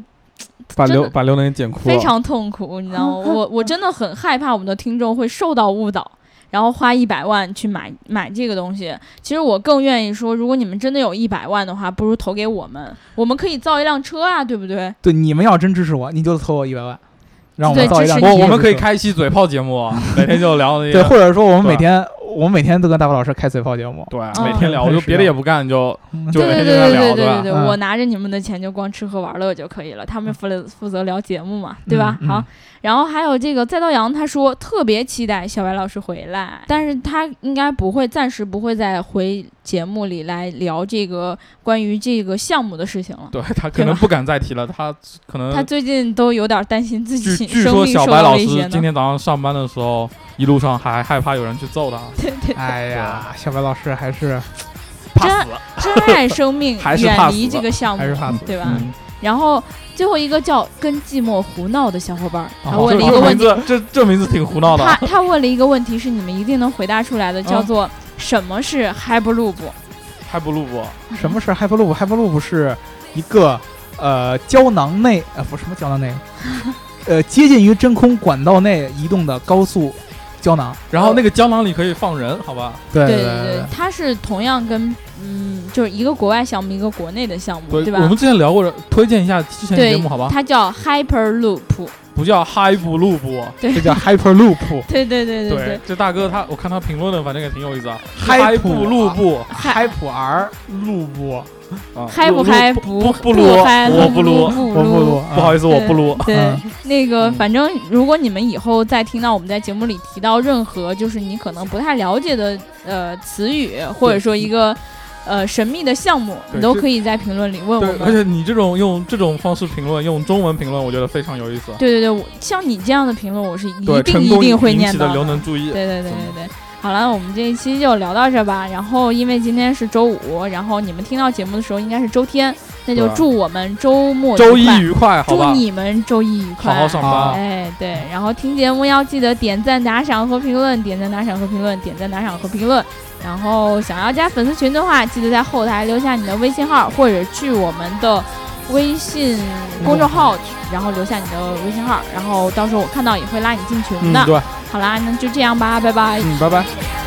Speaker 3: 把
Speaker 1: 真的
Speaker 3: 刘把刘能给剪哭
Speaker 1: 非
Speaker 3: 了。
Speaker 1: 常痛苦，你知道吗？我我真的很害怕我们的听众会受到误导，然后花一百万去买买这个东西。其实我更愿意说，如果你们真的有一百万的话，不如投给我们，我们可以造一辆车啊，对不对？
Speaker 2: 对，你们要真支持我，你就投我一百万，让我们
Speaker 1: 对
Speaker 2: 造一
Speaker 1: 支
Speaker 2: 辆
Speaker 1: 持
Speaker 2: 车。
Speaker 1: 你
Speaker 3: 我我们可以开一期嘴炮节目，啊 每天就聊那
Speaker 2: 对，
Speaker 3: 个
Speaker 2: 或者说我们
Speaker 3: 对啊
Speaker 2: 每天我们每天都跟大宝老师开嘴炮节目。
Speaker 3: 对，
Speaker 1: 嗯
Speaker 3: 每天聊，我就别的也不干，就
Speaker 2: 嗯
Speaker 3: 就
Speaker 1: 对
Speaker 3: 每
Speaker 1: 对
Speaker 3: 天
Speaker 1: 对
Speaker 3: 跟他
Speaker 1: 对对
Speaker 3: 聊，
Speaker 1: 对对
Speaker 3: 吧？
Speaker 1: 对，
Speaker 2: 嗯
Speaker 1: 我拿着你们的钱就光吃喝玩乐就可以了，他们负责负责聊节目嘛，对吧？
Speaker 2: 嗯嗯
Speaker 1: 好，然后还有这个再到阳，他说特别期待小白老师回来，但是他应该不会，暂时不会再回节目里来聊这个关于这个项目的事情了。
Speaker 3: 对他可能不敢再提了，他可能
Speaker 1: 他最近都有点担心自己
Speaker 3: 据据
Speaker 1: 生
Speaker 3: 说
Speaker 1: 命
Speaker 3: 小
Speaker 1: 受
Speaker 3: 白
Speaker 1: 到
Speaker 3: 老
Speaker 1: 威胁
Speaker 3: 师今
Speaker 1: 呢。
Speaker 3: 天早上上班的时候，一路上还害怕有人去 揍他，
Speaker 1: 对对，
Speaker 2: 哎呀， 小白老师还是
Speaker 3: 怕死。
Speaker 1: 珍爱生命
Speaker 3: 还，是怕
Speaker 1: 远
Speaker 3: 死
Speaker 1: 离这
Speaker 3: 了
Speaker 1: 个项目
Speaker 2: 还是怕死，
Speaker 1: 对吧？
Speaker 3: 嗯，
Speaker 1: 然后最后一个叫跟寂寞胡闹的小伙伴儿，他
Speaker 2: 哦
Speaker 1: 问了一
Speaker 3: 这
Speaker 1: 个
Speaker 3: 名
Speaker 1: 问题，
Speaker 3: 字，这这名字挺胡闹的
Speaker 1: 他
Speaker 3: 啊。
Speaker 1: 他问了一个问题，是你们一定能回答出来的，叫做什么是 Hyperloop？
Speaker 3: 还不录不？
Speaker 2: 什
Speaker 1: 嗯
Speaker 2: 么是 Hyperloop？Hyperloop 是一个呃胶囊内呃不是什么胶 囊内，呃接近于真空管道内移动的高速胶囊。
Speaker 3: 然后那个胶囊里可以放人，好吧？
Speaker 2: 对
Speaker 1: 对
Speaker 2: 对
Speaker 1: 对，它是同样跟嗯，就是一个国外项目，一个国内的项目，对
Speaker 3: 我
Speaker 1: 吧
Speaker 3: 们？之啊前聊过的，推荐一下之前的
Speaker 1: 对
Speaker 3: 节目，好吧？
Speaker 1: 它叫 Hyperloop，
Speaker 3: 不叫 Hi 不录不。
Speaker 1: 对
Speaker 2: 这叫 Hyperloop
Speaker 1: 对对对对，
Speaker 3: 这大哥他，我看他评论的，反正也挺有意思啊。嗨
Speaker 2: Hype
Speaker 3: 不录不
Speaker 2: Hyper R 路不，
Speaker 3: 啊
Speaker 1: 嗨不
Speaker 3: 录
Speaker 1: 嗨
Speaker 3: 不
Speaker 1: 不
Speaker 3: 不
Speaker 1: 不
Speaker 3: 撸，
Speaker 1: 嗨
Speaker 3: 我
Speaker 1: 不
Speaker 3: 不撸，
Speaker 1: 不
Speaker 2: 我不录，
Speaker 3: 不好
Speaker 2: 意
Speaker 3: 意思，我不撸。
Speaker 1: 对
Speaker 2: 嗯，
Speaker 1: 那个
Speaker 3: 嗯
Speaker 1: 反正如果你们以后再听到我们在节目里提到任何就是你可能不太了解的呃词语，或者说一个呃神秘的项目，
Speaker 3: 对
Speaker 1: 你都可以在评论里问
Speaker 3: 对
Speaker 1: 我，
Speaker 3: 而
Speaker 1: 们。
Speaker 3: 且你这种用这种方式评论，用中文评论，我觉得非常有意思。
Speaker 1: 对对对，我像你这样的评论，我是
Speaker 3: 对，
Speaker 1: 一定
Speaker 3: 成
Speaker 1: 一
Speaker 3: 功
Speaker 1: 定会
Speaker 3: 引
Speaker 1: 念
Speaker 3: 起
Speaker 1: 到
Speaker 3: 的
Speaker 1: 的。
Speaker 3: 刘能注意。
Speaker 1: 对对对对对。好了，我们这一期就聊到这吧。然后，因为今天是周五，然后你们听到节目的时候应该是周天，那就
Speaker 3: 对
Speaker 1: 祝我们周末
Speaker 3: 周一
Speaker 1: 愉快
Speaker 3: 愉快，好
Speaker 1: 祝
Speaker 3: 吧？
Speaker 1: 你们周一愉快，
Speaker 3: 好好上
Speaker 2: 啊
Speaker 3: 班。
Speaker 1: 哎，对，然后听节目要记得点赞、打赏和评论，点赞、打赏和评论，点赞、打赏和评论。然后想要加粉丝群的话，记得在后台留下你的微信号，或者去我们的微信公众号，然后留下你的微信号，然后到时候我看到也会拉你进群
Speaker 3: 嗯
Speaker 1: 的。，
Speaker 3: 对，
Speaker 1: 好啦，那就这样吧，拜拜。
Speaker 3: 嗯，拜拜。
Speaker 4: 「君の声が聞こえる」